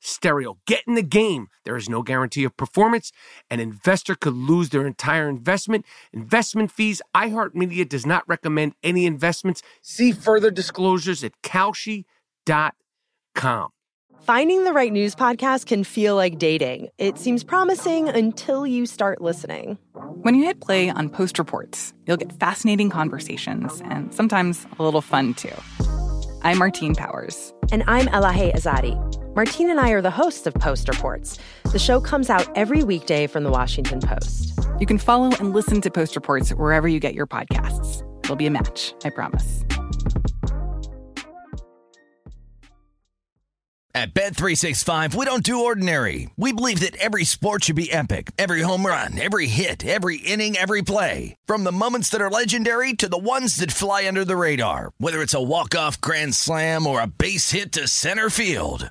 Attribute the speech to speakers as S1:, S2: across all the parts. S1: stereo. Get in the game. There is no guarantee of performance. An investor could lose their entire investment. Investment fees. iHeartMedia does not recommend any investments. See further disclosures at Kalshi.com.
S2: Finding the right news podcast can feel like dating. It seems promising until you start listening.
S3: When you hit play on Post Reports, you'll get fascinating conversations and sometimes a little fun too. I'm Martine Powers.
S2: And I'm Elahe Azadi. Martine and I are the hosts of Post Reports. The show comes out every weekday from the Washington Post.
S3: You can follow and listen to Post Reports wherever you get your podcasts. It'll be a match, I promise.
S4: At Bet365, we don't do ordinary. We believe that every sport should be epic. Every home run, every hit, every inning, every play. From the moments that are legendary to the ones that fly under the radar. Whether it's a walk-off grand slam or a base hit to center field.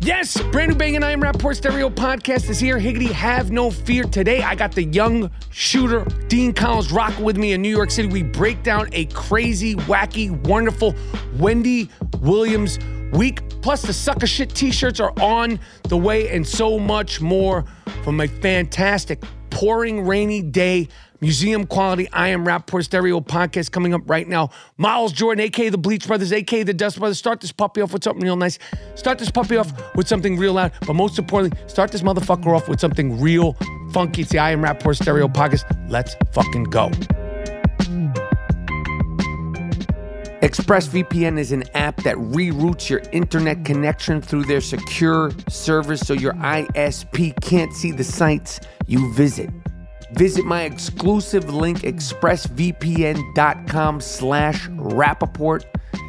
S1: Yes, brand new Bang and I Am Rapport Stereo podcast is here. Higgity, have no fear. Today, I got the young shooter, Dean Collins, rock with me in New York City. We break down a crazy, wacky, wonderful Wendy Williams week. Plus, the sucker shit t shirts are on the way, and so much more from a fantastic, pouring, rainy day. Museum quality I Am Rapport Stereo podcast coming up right now. Miles Jordan, aka the Bleach Brothers, aka the Dust Brothers. Start this puppy off with something real nice. Start this puppy off with something real loud. But most importantly, start this motherfucker off with something real funky. It's the I Am Rapport Stereo podcast. Let's fucking go. ExpressVPN is an app that reroutes your internet connection through their secure servers so your ISP can't see the sites you visit. Visit my exclusive link, expressvpn.com slash Rappaport,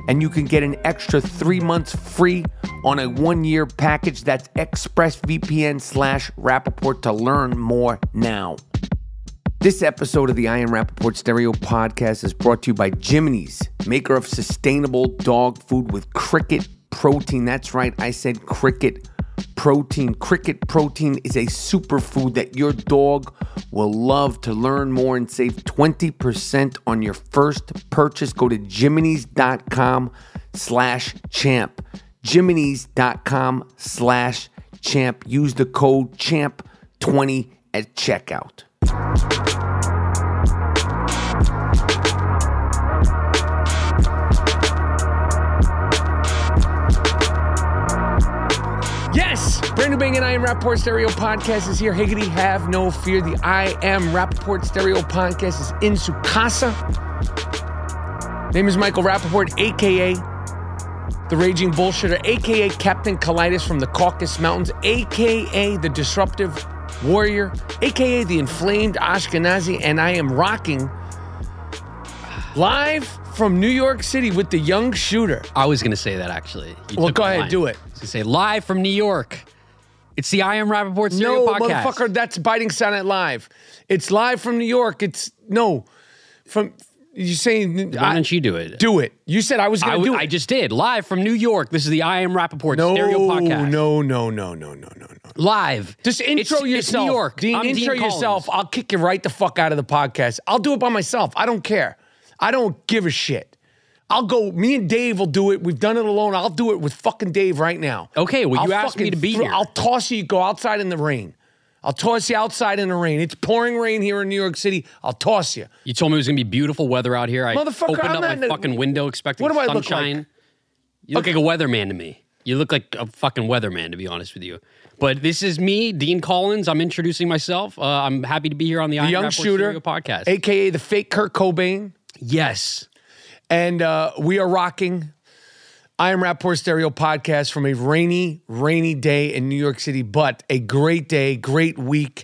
S1: and you can get an extra three months free on a one-year package. That's expressvpn slash Rappaport to learn more now. This episode of the I Am Rappaport Stereo Podcast is brought to you by Jiminy's, maker of sustainable dog food with cricket protein. That's right, I said cricket protein. Cricket protein is a superfood that your dog will love. To learn more and save 20% on your first purchase, go to jiminy's.com slash champ. jiminy's.com slash champ. Use the code CHAMP20 at checkout. Yes! Brandon Bang and I Am Rapport Stereo Podcast is here. Higgity, have no fear. The I Am Rapport Stereo Podcast is in Sukasa. Name is Michael Rappaport, a.k.a. The Raging Bullshitter, a.k.a. Captain Colitis from the Caucasus Mountains, a.k.a. The Disruptive Warrior, a.k.a. The Inflamed Ashkenazi, and I am rocking live from New York City with the young shooter.
S5: I was going to say that actually. You
S1: Well,
S5: took
S1: go
S5: my
S1: ahead,
S5: line.
S1: do it.
S5: I was gonna say live from New York. It's the I Am Rappaport Stereo
S1: No,
S5: Podcast.
S1: motherfucker, that's Biting Sonnet Live. It's live from New York. It's no, from You're saying
S5: Why
S1: I-
S5: don't you do it?
S1: do it? You said I was
S5: I,
S1: going to
S5: w-
S1: do it.
S5: I just did live from New York. This is the I Am Rappaport
S1: no,
S5: Stereo Podcast.
S1: no, no, no, no, no, no, no.
S5: Live.
S1: Just intro
S5: It's-
S1: yourself.
S5: It's New York.
S1: Dean,
S5: I'm
S1: intro
S5: Dean Collins.
S1: yourself. I'll kick you right the fuck out of the podcast. I'll do it by myself. I don't care. I don't give a shit. I'll go. Me and Dave will do it. We've done it alone. I'll do it with fucking Dave right now.
S5: Okay, well, you asked me
S1: fucking
S5: to be here.
S1: I'll toss you. Go outside in the rain. I'll toss you outside in the rain. It's pouring rain here in New York City. I'll toss you.
S5: You told me it was gonna be beautiful weather out here. I
S1: Motherfucker,
S5: opened
S1: I'm
S5: up
S1: not
S5: my
S1: in the-
S5: fucking window expecting
S1: What do I look
S5: sunshine.
S1: like?
S5: You look like a weatherman to me. You look like a fucking weatherman, to be honest with you. But this is me, Dean Collins. I'm introducing myself. Uh, I'm happy to be here on the,
S1: The
S5: Iron
S1: young
S5: Rapport
S1: shooter,
S5: Stereo podcast.
S1: aka the fake Kurt Cobain.
S5: yes,
S1: And uh, we are rocking I Am Rapport Stereo podcast from a rainy, rainy day in New York City, but a great day, great week.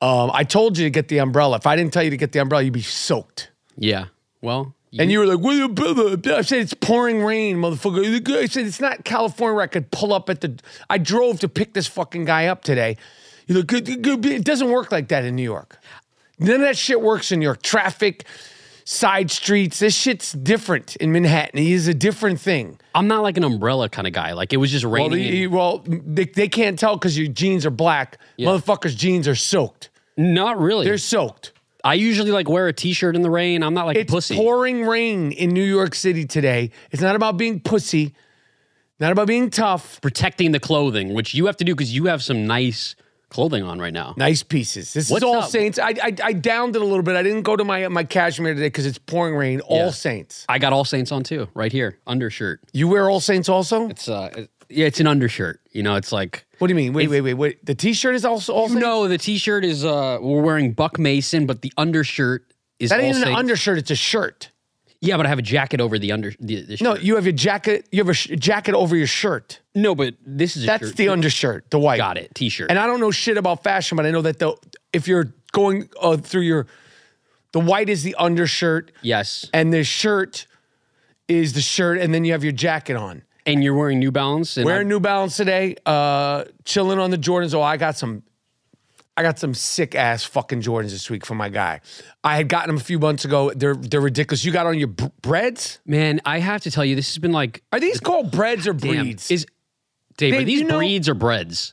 S1: Um, I told you to get the umbrella. If I didn't tell you to get the umbrella, you'd be soaked.
S5: yeah. Well, you,
S1: And you were like, "What the blah, blah, blah." I said, it's pouring rain, motherfucker. I said, it's not California where I could pull up at the. I drove to pick this fucking guy up today. You look good. It doesn't work like that in New York. None of that shit works in New York. Traffic, side streets. This shit's different in Manhattan. It is a different thing.
S5: I'm not like an umbrella kind of guy. Like it was just
S1: Well,
S5: raining.
S1: they,
S5: and-
S1: well, they, they can't tell because your jeans are black. Motherfuckers' jeans are soaked.
S5: not really.
S1: They're soaked.
S5: I usually like wear a t-shirt in the rain. I'm not like
S1: It's
S5: a pussy.
S1: pouring rain in New York City today. It's not about being pussy, not about being tough.
S5: Protecting the clothing, which you have to do because you have some nice clothing on right now.
S1: Nice pieces. This
S5: What's
S1: is All
S5: up?
S1: Saints. I, I I downed it a little bit. I didn't go to my my cashmere today because it's pouring rain. All Saints.
S5: I got All Saints on too, right here, undershirt.
S1: You wear All Saints also?
S5: It's uh, it- yeah, it's an undershirt. You know, it's like
S1: What do you mean? Wait, wait, wait, wait. The T-shirt is also All Saints.
S5: no, the T-shirt is uh, we're wearing Buck Mason, but the undershirt is
S1: that
S5: All
S1: ain't an
S5: Saints.
S1: undershirt. It's a shirt.
S5: Yeah, but I have a jacket over the under. The, the
S1: No,
S5: shirt.
S1: you have your jacket. You have a sh- jacket over your shirt.
S5: no, but this is a
S1: That's
S5: shirt.
S1: the undershirt. The white.
S5: got it T-shirt.
S1: And I don't know shit about fashion, but I know that the if you're going uh, through your, the white is the undershirt,
S5: yes,
S1: and the shirt is the shirt, and then you have your jacket on.
S5: and you're wearing New Balance. And I-
S1: Wearing New Balance today, uh, chilling on the Jordans. Oh, I got some, I got some sick ass fucking Jordans this week from my guy. I had gotten them a few months ago. They're they're ridiculous. You got on your br- breads?
S5: man, I have to tell you, this has been like
S1: Are these called breads or
S5: damn,
S1: breeds?
S5: Is Dave? are
S1: Dave,
S5: these
S1: you know-
S5: breeds or breads?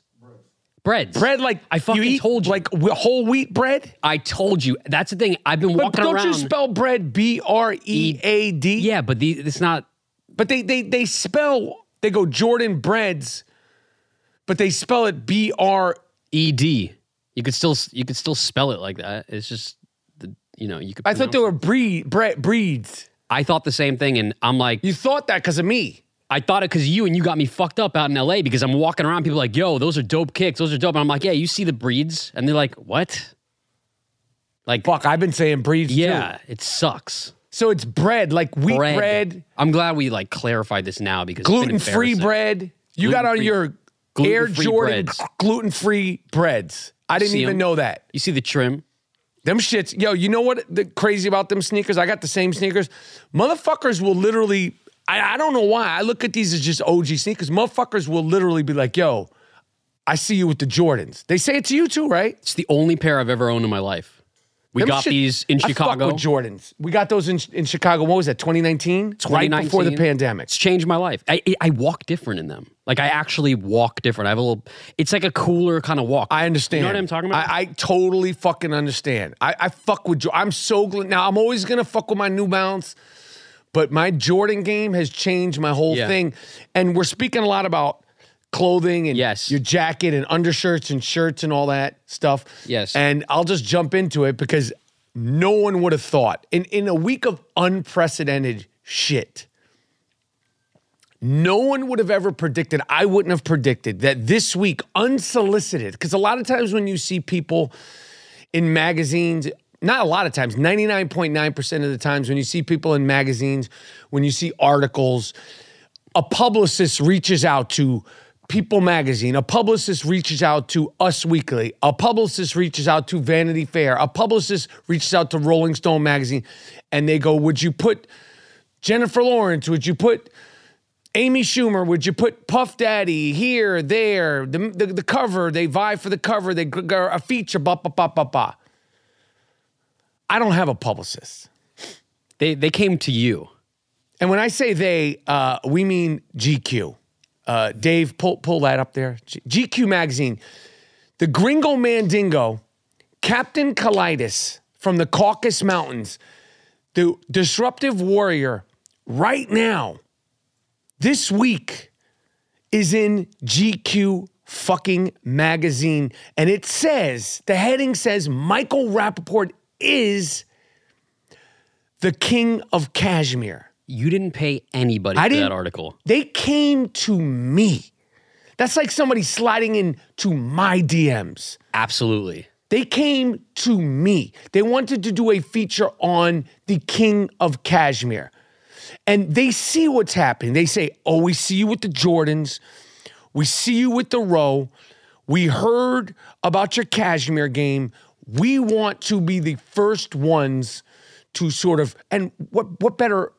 S5: Breads.
S1: bread like
S5: I fucking
S1: you eat
S5: told you.
S1: like wh- whole wheat bread?
S5: I told you. That's the thing. I've been
S1: But
S5: walking
S1: don't
S5: around.
S1: you spell bread B R E A D?
S5: yeah, but the, it's not.
S1: But they they they spell they go Jordan breads, but they spell it B R.
S5: ed. E You could still you could still spell it like that. It's just the you know you could.
S1: I thought
S5: pronounce-
S1: they were breed bre- breeds.
S5: I thought the same thing, and I'm like,
S1: You thought that because of me.
S5: I thought it because you and you got me fucked up out in L.A. because I'm walking around, people are like, yo, those are dope kicks, those are dope, and I'm like, yeah, you see the breeds, and they're like, what? Like,
S1: Fuck, I've been saying breeds. too.
S5: yeah, it sucks.
S1: So it's bread like wheat bread,
S5: I'm glad we like clarified this now because it's been
S1: gluten free
S5: embarrassing.
S1: bread. You got on
S5: Gluten-free-
S1: your Air
S5: gluten-free
S1: Jordan
S5: breads.
S1: gluten free breads. I didn't
S5: See
S1: even
S5: 'em?
S1: know that.
S5: You see the trim?
S1: Them shits, yo, you know what the crazy about them sneakers? I got the same sneakers. Motherfuckers will literally, I, I don't know why. I look at these as just OG sneakers. Motherfuckers will literally be like, yo, I see you with the Jordans. They say it to you too, right?
S5: It's the only pair I've ever owned in my life. We
S1: Them
S5: got
S1: shit-
S5: these in
S1: I fuck
S5: Chicago.
S1: with Jordans. We got those in, in Chicago. What was that, 2019? Right before the
S5: 2019.
S1: pandemic.
S5: It's changed my life. I, I- I walk different in them. Like I actually walk different. I have a little. It's like a cooler kind of walk.
S1: I understand.
S5: You know what I'm talking about?
S1: I, I totally fucking understand. I, I fuck with. Jo- I'm so glad. Now I'm always gonna fuck with my New Balance, but my Jordan game has changed my whole
S5: Yeah.
S1: thing. And we're speaking a lot about clothing and
S5: Yes.
S1: your jacket and undershirts and shirts and all that stuff.
S5: Yes.
S1: And I'll just jump into it because no one would have thought in in a week of unprecedented shit. No one would have ever predicted, I wouldn't have predicted that this week, unsolicited, because a lot of times when you see people in magazines, not a lot of times, 99.9% of the times when you see people in magazines, when you see articles, a publicist reaches out to People Magazine, a publicist reaches out to Us Weekly, a publicist reaches out to Vanity Fair, a publicist reaches out to Rolling Stone Magazine, and they go, Would you put Jennifer Lawrence? Would you put Amy Schumer, would you put Puff Daddy here, there, the, the, the cover? They vie for the cover. They g- g- a feature, ba ba ba ba ba. I don't have a publicist.
S5: They they came to you.
S1: And when I say they, uh, we mean GQ. Uh, Dave, pull, pull that up there. G- GQ Magazine. The Gringo Mandingo, Captain Colitis from the Caucasus Mountains, the disruptive warrior, right now, this week, is in GQ fucking magazine. And it says, the heading says, Michael Rappaport is the king of Kashmir.
S5: You didn't pay anybody
S1: I
S5: for
S1: didn't-
S5: that article.
S1: They came to me. That's like somebody sliding in to my DMs.
S5: Absolutely.
S1: They came to me. They wanted to do a feature on the king of Kashmir. And they see what's happening. They say, Oh, we see you with the Jordans. We see you with the row. We heard about your Kashmir game. We want to be the first ones to sort of, and what, what better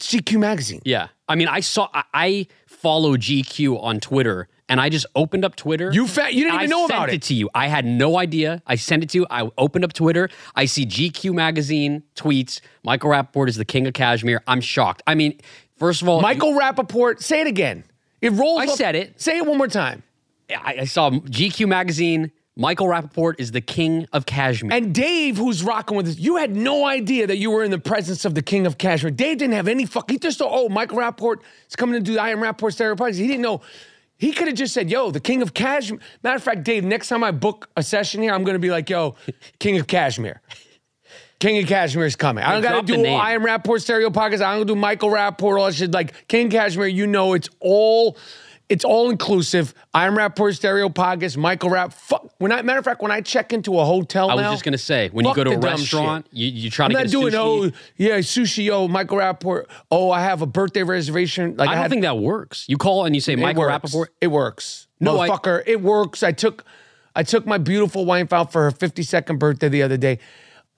S1: CQ magazine?
S5: Yeah. I mean, I saw I, I follow GQ on Twitter and I just opened up Twitter.
S1: You fa- you didn't
S5: I
S1: even know
S5: sent
S1: about
S5: it.
S1: it.
S5: to you. I had no idea. I sent it to you. I opened up Twitter. I see GQ magazine tweets. Michael Rappaport is the king of Kashmir. I'm shocked. I mean, first of all,
S1: Michael Rappaport, say it again. It rolls
S5: I
S1: up-
S5: said it.
S1: Say it one more time.
S5: I, I saw GQ magazine. Michael Rappaport is the king of Kashmir.
S1: And Dave, who's rocking with us, you had no idea that you were in the presence of the king of Kashmir. Dave didn't have any fuck. He just thought, oh, Michael Rapport is coming to do the I Am Rapport stereo parties. He didn't know. He could have just said, yo, the king of Kashmir. Matter of fact, Dave, next time I book a session here, I'm going to be like, yo, king of Kashmir. King of Kashmir is coming. I don't got
S5: drop
S1: to
S5: the
S1: do
S5: name.
S1: I Am Rapport stereo podcast. I don't do Michael Rapport, all that shit. Like, King of Kashmir, you know, it's all. It's all inclusive. I am Rapport Stereo Podcast, Michael Rapp. Fuck. When I, matter of fact, when I check into a hotel
S5: I
S1: now,
S5: was just gonna say, when you
S1: fuck
S5: go to
S1: the
S5: a
S1: dumb
S5: restaurant,
S1: shit.
S5: you, you try
S1: I'm
S5: to
S1: not
S5: get
S1: doing oh
S5: sushi.
S1: yeah sushi oh Michael Rapport oh I have a birthday reservation like
S5: I
S1: I,
S5: don't
S1: had,
S5: think that works. You call and you say
S1: it
S5: Michael
S1: works.
S5: Rappaport.
S1: it works
S5: No, I-
S1: motherfucker it works I took I took my beautiful wife out for her 52nd birthday the other day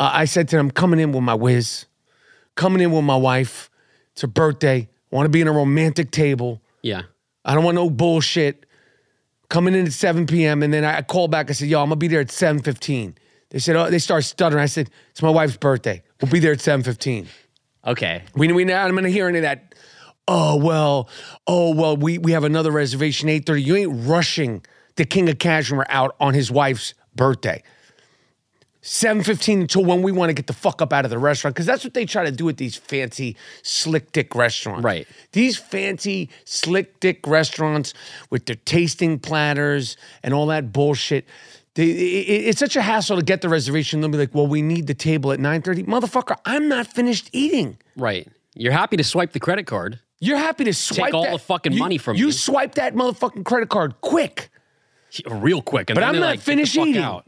S1: uh, I said to them I'm coming in with my whiz coming in with my wife it's her birthday I want to be in a romantic table
S5: Yeah.
S1: I don't want no bullshit. Coming in at 7 p.m. and then I I called back. I said, "Yo, I'm gonna be there at 7:15." They said, "Oh," they start stuttering. I said, "It's my wife's birthday. We'll be there at 7:15."
S5: Okay.
S1: We we now I'm gonna hear any of that. Oh well, oh well, we we have another reservation 8:30. You ain't rushing the King of Kashmir out on his wife's birthday. 7:15 until when we want to get the fuck up out of the restaurant cuz that's what they try to do at these fancy slick dick restaurants.
S5: Right.
S1: These fancy slick dick restaurants with their tasting platters and all that bullshit. They, it- it- it's such a hassle to get the reservation. They'll be like, "Well, we need the table at 9:30." Motherfucker, I'm not finished eating.
S5: Right. You're happy to swipe the credit card.
S1: You're happy to swipe
S5: all
S1: that-
S5: the fucking
S1: you-
S5: money from
S1: you.
S5: me.
S1: swipe that motherfucking credit card quick.
S5: real quick. And
S1: But
S5: then
S1: I'm
S5: they,
S1: not
S5: like, get the
S1: finished
S5: fuck
S1: eating.
S5: Out.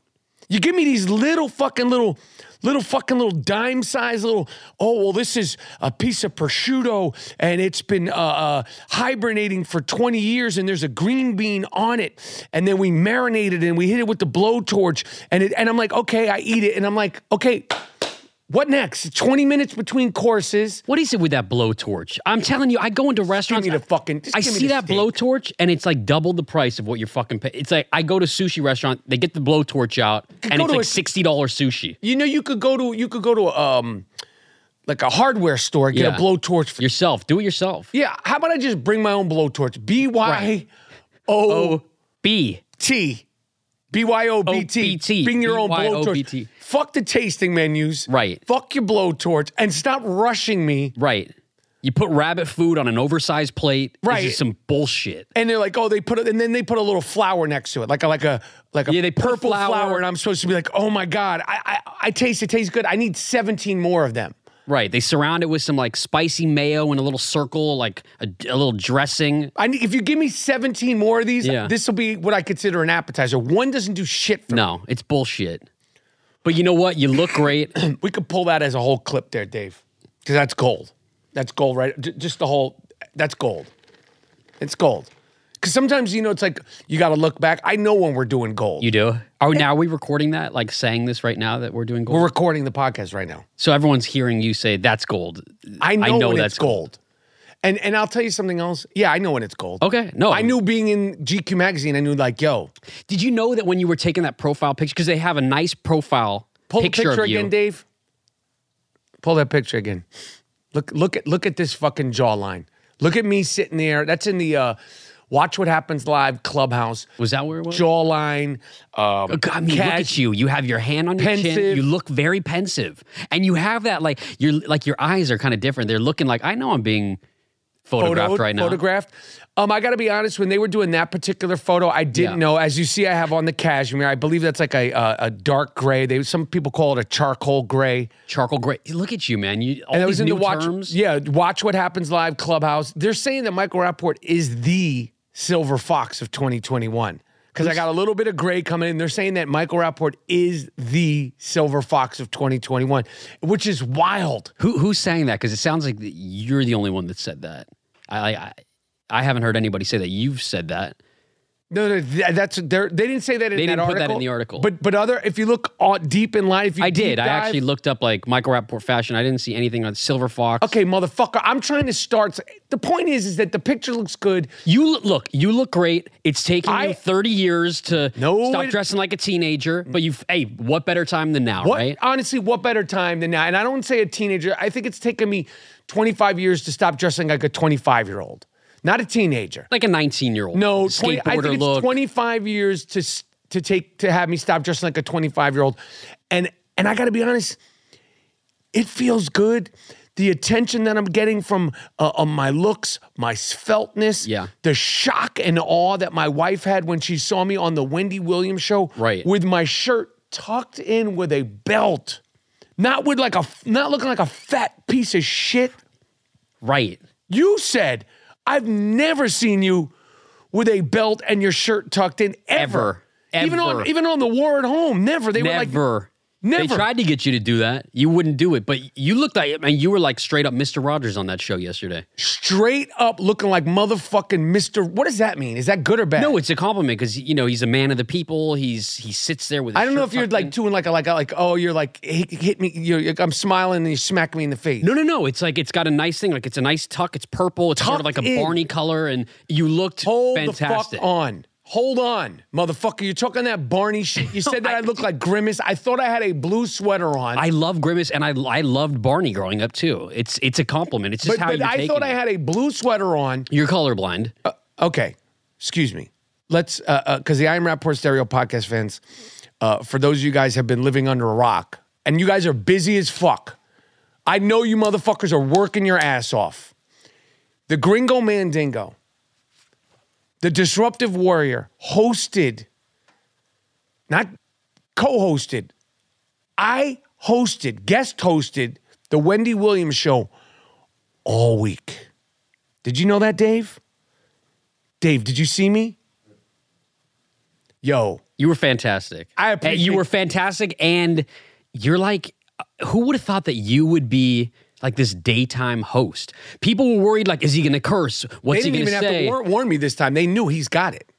S1: You give me these little fucking little, little fucking little dime size little. Oh well, this is a piece of prosciutto and it's been uh, uh, hibernating for 20 years and there's a green bean on it and then we marinated and we hit it with the blowtorch and it and I'm like okay I eat it and I'm like okay. What next? 20 minutes between courses.
S5: What is it with that blowtorch? I'm telling you, I go into
S1: Give
S5: restaurants.
S1: me the fucking. just
S5: I
S1: give me
S5: see
S1: the
S5: that
S1: steak.
S5: blowtorch and it's like double the price of what you're fucking paying. It's like I go to sushi restaurant, they get the blowtorch out, and
S1: go
S5: it's
S1: to
S5: like
S1: a-
S5: sixty dollars sushi.
S1: You know, you could go to you could go to um like a hardware store, get
S5: Yeah.
S1: a blowtorch. For,
S5: Yourself, do it yourself.
S1: yeah, how about I just bring my own blowtorch? B Y O
S5: B.
S1: T. B Y O B T.
S5: OBT.
S1: Bring your own blowtorch.
S5: BYOBT.
S1: Fuck the tasting menus.
S5: Right.
S1: Fuck your blowtorch and stop rushing me.
S5: Right. You put rabbit food on an oversized plate.
S1: Right.
S5: It's just some bullshit.
S1: And they're like, oh, they put it, and then they put a little flower next to it, like a like a like a
S5: Yeah, they put
S1: purple
S5: flower.
S1: and I'm supposed to be like, oh my god, I, I I taste it tastes good. I need 17 more of them.
S5: Right. They surround it with some like spicy mayo in a little circle, like a, a little dressing.
S1: I need, if you give me 17 more of these,
S5: Yeah.
S1: this will be what I consider an appetizer. One doesn't do shit for
S5: No, it's bullshit. But you know what? You look great.
S1: me. We could pull that as a whole clip there, Dave, because that's gold. That's gold, right? J- just the whole, that's gold. It's gold. Because sometimes, you know, it's like you got to look back. I know when we're doing gold.
S5: You do? Are Oh, now are we recording that? Like saying this right now that we're doing gold?
S1: we're recording the podcast right now.
S5: so everyone's hearing you say that's gold.
S1: I know, when
S5: that's
S1: it's gold. And, and I'll tell you something else. Yeah, I know when it's gold.
S5: Okay. No.
S1: I knew being in GQ magazine, I knew like, yo,
S5: Did you know that when you were taking that profile picture, because they have a nice profile
S1: pull
S5: picture,
S1: the picture
S5: of you.
S1: again, Dave. Pull that picture again. Look, look at look at this fucking jawline. Look at me sitting there. That's in the uh, Watch What Happens Live Clubhouse.
S5: Was that where it was?
S1: Jawline. Um,
S5: Oh, God, I mean, look
S1: cash-
S5: at you. You have your hand on your
S1: Pensive.
S5: chin. You look very pensive, and you have that like your like your eyes are kind of different. They're looking like I know I'm being photographed
S1: photoed-
S5: right now.
S1: Photographed. Um, I got to be honest. When they were doing that particular photo, I didn't
S5: Yeah.
S1: know. As you see, I have on the cashmere. I believe that's like a a, a dark gray. They some people call it a charcoal gray.
S5: Charcoal gray. Look at you, man. You all
S1: And I
S5: these
S1: was in
S5: new
S1: the watch.
S5: terms.
S1: Yeah, watch what happens live clubhouse. They're saying that Michael Rapport is the silver fox of 2021. Because I got a little bit of gray coming in. They're saying that Michael Rapport is the silver fox of 2021, which is wild.
S5: Who who's saying that? Because it sounds like that you're the only one that said that. I, I I haven't heard anybody say that. You've said that.
S1: No, no, th- that's they're, they didn't say that in
S5: They
S1: that
S5: didn't put
S1: article.
S5: that in the article.
S1: But but other, if you look on, deep in line, if you
S5: I did.
S1: deep dive-
S5: I actually looked up like Michael Rapport fashion. I didn't see anything on Silver Fox.
S1: Okay, motherfucker, I'm trying to start. The point is, is that the picture looks good.
S5: You look, look, you look great. It's taking
S1: I-
S5: you 30 years to
S1: No,
S5: stop
S1: it-
S5: dressing like a teenager, but you've, hey, what better time than now,
S1: What
S5: right?
S1: honestly, what better time than now? And I don't say a teenager. I think it's taken me 25 years to stop dressing like a 25 year old, not a teenager.
S5: Like a 19 year old.
S1: No, 20,
S5: skateboarder
S1: I think
S5: look.
S1: it's 25 years to s- to take to have me stop dressing like a 25 year old, and and I got to be honest, it feels good. The attention that I'm getting from uh, on my looks, my svelteness,
S5: Yeah.
S1: the shock and awe that my wife had when she saw me on the Wendy Williams show,
S5: Right.
S1: with my shirt tucked in with a belt, not with like a f- not looking like a fat piece of shit.
S5: right.
S1: You said, I've never seen you with a belt and your shirt tucked in ever.
S5: Ever.
S1: Even on
S5: Ever.
S1: even on the war at home, never. They were
S5: Never.
S1: like Never.
S5: They tried to get you to do that. You wouldn't do it, but you looked like, I mean, you were like straight up Mr. Rogers on that show yesterday.
S1: straight up looking like motherfucking Mr. What does that mean? Is that good or bad?
S5: No, it's a compliment because, you know, he's a man of the people. He's, he sits there with his
S1: I don't know
S5: shirt
S1: if you're
S5: tucked
S1: like
S5: in.
S1: doing like a like a, like oh you're like hit, hit me you're, you're- I'm smiling and you smack me in the face.
S5: No, no, no. It's like it's got a nice thing. Like it's a nice tuck. It's purple. It's sort of like
S1: Tucked
S5: a
S1: in.
S5: Barney color, and you looked
S1: Hold
S5: fantastic.
S1: the fuck on. Hold on, motherfucker. You're talking that Barney shit. You said that I look like Grimace. I thought I had a blue sweater on.
S5: I love Grimace, and I I loved Barney growing up too. It's it's a compliment. It's just
S1: but
S5: how
S1: but
S5: you're
S1: I
S5: taking
S1: thought
S5: it.
S1: I had Uh, a blue sweater on.
S5: You're colorblind.
S1: okay, excuse me. Let's, because uh, 'cause the Iron Rapport Stereo podcast fans, uh, for those of you guys have been living under a rock and you guys are busy as fuck. I know you motherfuckers are working your ass off. The Gringo Mandingo, the Disruptive Warrior, hosted, not co hosted, I hosted, guest hosted the Wendy Williams show all week. Did you know that, Dave? Dave, did you see me? Yo,
S5: You were fantastic.
S1: I
S5: Hey,
S1: appreciate-
S5: you were fantastic, and you're like, uh, who would have thought that you would be like this daytime host? People were worried, like, is he going to curse?
S1: they
S5: What's he
S1: didn't
S5: going
S1: even
S5: to
S1: have to
S5: say?
S1: war- warn me this time. They knew he's got it.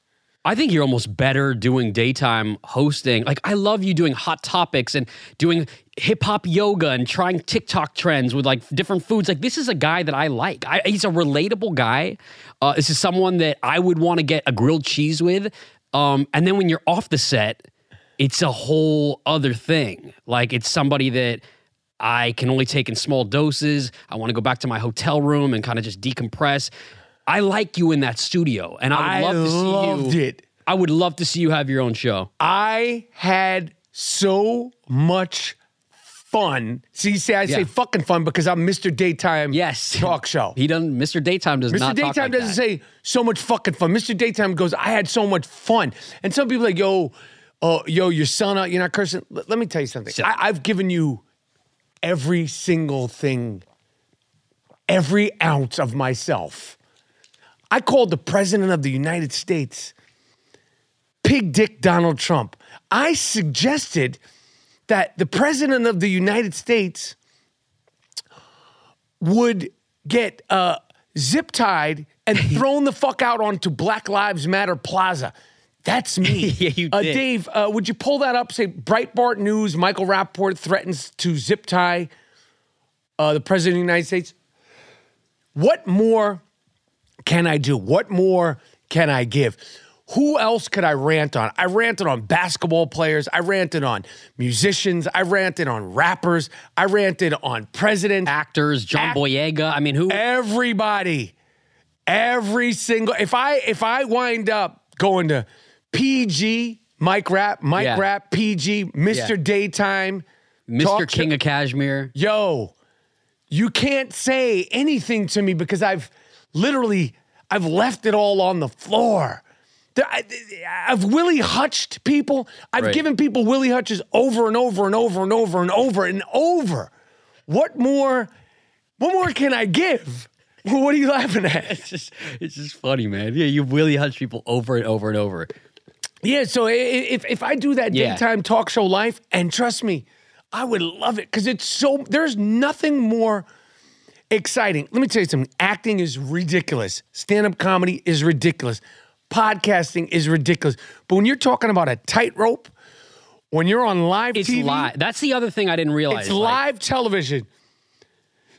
S5: I think you're almost better doing daytime hosting. Like, I love you doing hot topics and doing hip hop yoga and trying TikTok trends with like different foods. Like, this is a guy that I like. I, he's a relatable guy. Uh, this is someone that I would want to get a grilled cheese with. Um, and then when you're off the set, it's a whole other thing. Like, it's somebody that I can only take in small doses. I want to go back to my hotel room and kind of just decompress. I like you in that studio, and I would love to see you.
S1: loved it.
S5: I would love to see you have your own show.
S1: I had so much fun. See, see, I say
S5: Yeah.
S1: fucking fun because I'm Mr. Daytime
S5: Yes.
S1: talk show.
S5: He doesn't. Mr. Daytime does
S1: Mr.
S5: not. talk
S1: Daytime
S5: like
S1: doesn't
S5: that.
S1: say so much fucking fun. Mr. Daytime goes, I had so much fun. And some people are like, yo, uh, yo, you're selling out, you're not cursing. L- let me tell you something.
S5: Sell-
S1: I- I've given you every single thing, every ounce of myself. I called the president of the United States pig dick Donald Trump. I suggested that the president of the United States would get uh, zip tied and thrown the fuck out onto Black Lives Matter Plaza. That's me.
S5: Yeah, you
S1: uh,
S5: did.
S1: Dave, uh, would you pull that up? Say Breitbart News, Michael Rapport threatens to zip tie uh, the president of the United States. What more can I do? What more can I give? who else could I rant on? I ranted on basketball players. I ranted on musicians. I ranted on rappers. I ranted on presidents.
S5: Actors, John
S1: Act-
S5: Boyega. I mean, who?
S1: Everybody, every single. If I if I wind up going to PG, Mike Rap, Mike
S5: Yeah.
S1: Rap, PG, Mr.
S5: Yeah.
S1: Daytime,
S5: Mr.
S1: talk show-
S5: King of Kashmir.
S1: yo, you can't say anything to me because I've literally I've left it all on the floor. There- I, have Willie Hutched people. I've
S5: Right.
S1: given people Willie Hutches over and over and over and over and over and over. What more? What more can I give? Well, What are you laughing at?
S5: It's just, it's just funny, man. Yeah, you Willie Hutch people over and over and over.
S1: Yeah. So i- i- if if I do that
S5: Yeah.
S1: daytime talk show life, and trust me, I would love it because it's so. There's nothing more exciting. Let me tell you something. Acting is ridiculous. Stand up comedy is ridiculous. Podcasting is ridiculous. But when you're talking about a tightrope, when you're on live
S5: It's
S1: TV,
S5: live. That's the other thing I didn't realize.
S1: it's
S5: like,
S1: live television.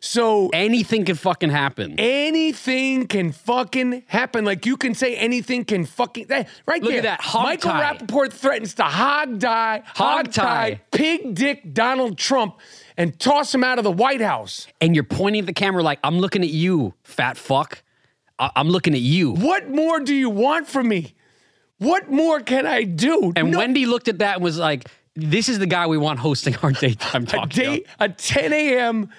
S1: So
S5: Anything can fucking happen.
S1: anything can fucking happen. Like you can say anything can fucking that right
S5: Look
S1: there.
S5: at that, hog
S1: Michael
S5: tie.
S1: Rappaport threatens to hog die,
S5: Hog tie.
S1: pig dick Donald Trump, and toss him out of the White House.
S5: and you're pointing at the camera like, I'm looking at you, fat fuck. I- I'm looking at you.
S1: What more do you want from me? What more can I do?
S5: And
S1: No-
S5: Wendy looked at that and was like, "This is the guy we want hosting our daytime
S1: a
S5: talk show.
S1: day, a 10 a.m.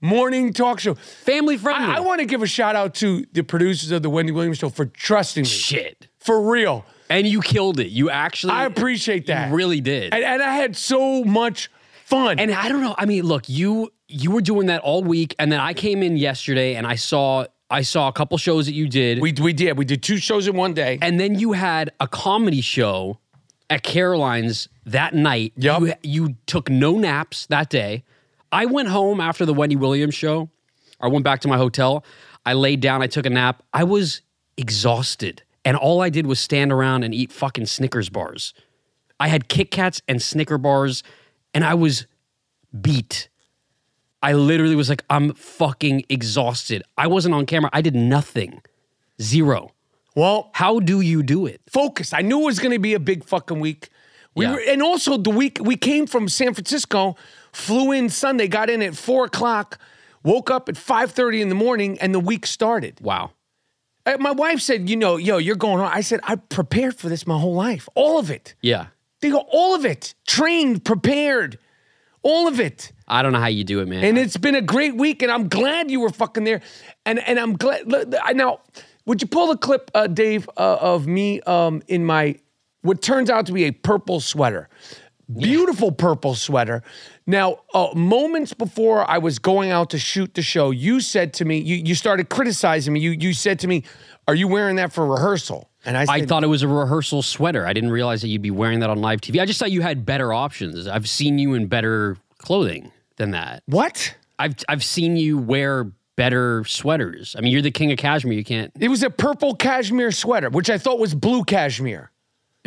S1: morning talk show.
S5: Family friendly."
S1: I, I want to give a shout out to the producers of the Wendy Williams show for trusting me.
S5: shit.
S1: For real.
S5: And you killed it. You actually.
S1: I appreciate that.
S5: You really did.
S1: And,
S5: And,
S1: and I had so much fun.
S5: I don't know. I mean, look, you you were doing that all week, and then I came in yesterday and I saw I saw a couple shows that you did,
S1: We we did. We did two shows in one day.
S5: and then you had a comedy show at Caroline's that night.
S1: Yup.
S5: You, you took no naps that day. I went home after the Wendy Williams show. I went back to my hotel. I laid down. I took a nap. I was exhausted, and all I did was stand around and eat fucking Snickers bars. I had Kit Kats and Snicker bars, and I was beat. I literally was like, I'm fucking exhausted. I wasn't on camera. I did nothing. Zero.
S1: well,
S5: How do you do it?
S1: focus. I knew it was going to be a big fucking week. We
S5: Yeah.
S1: were, and also the week we came from San Francisco, flew in Sunday, got in at four o'clock, woke up at five thirty in the morning, and the week started.
S5: Wow.
S1: Uh, My wife said, "You know, yo, you're going on." I said, "I prepared for this my whole life, all of it.
S5: Yeah.
S1: They go, all of it, trained, prepared, all of it."
S5: I don't know how you do it, man.
S1: And it's been a great week, and I'm glad you were fucking there. And and I'm glad. look, I- Now, would you pull the clip, uh, Dave, uh, of me um, in my what turns out to be a purple sweater, beautiful purple sweater. Now, uh, moments before I was going out to shoot the show, you said to me, you you started criticizing me. You you said to me, "Are you wearing that for rehearsal?" And I said,
S5: I thought it was a rehearsal sweater. I didn't realize that you'd be wearing that on live TV. I just thought you had better options. I've seen you in better clothing than that.
S1: "What?"
S5: I've I've seen you wear better sweaters. I mean, you're the king of cashmere. You can't.
S1: It was a purple cashmere sweater, which I thought was blue cashmere.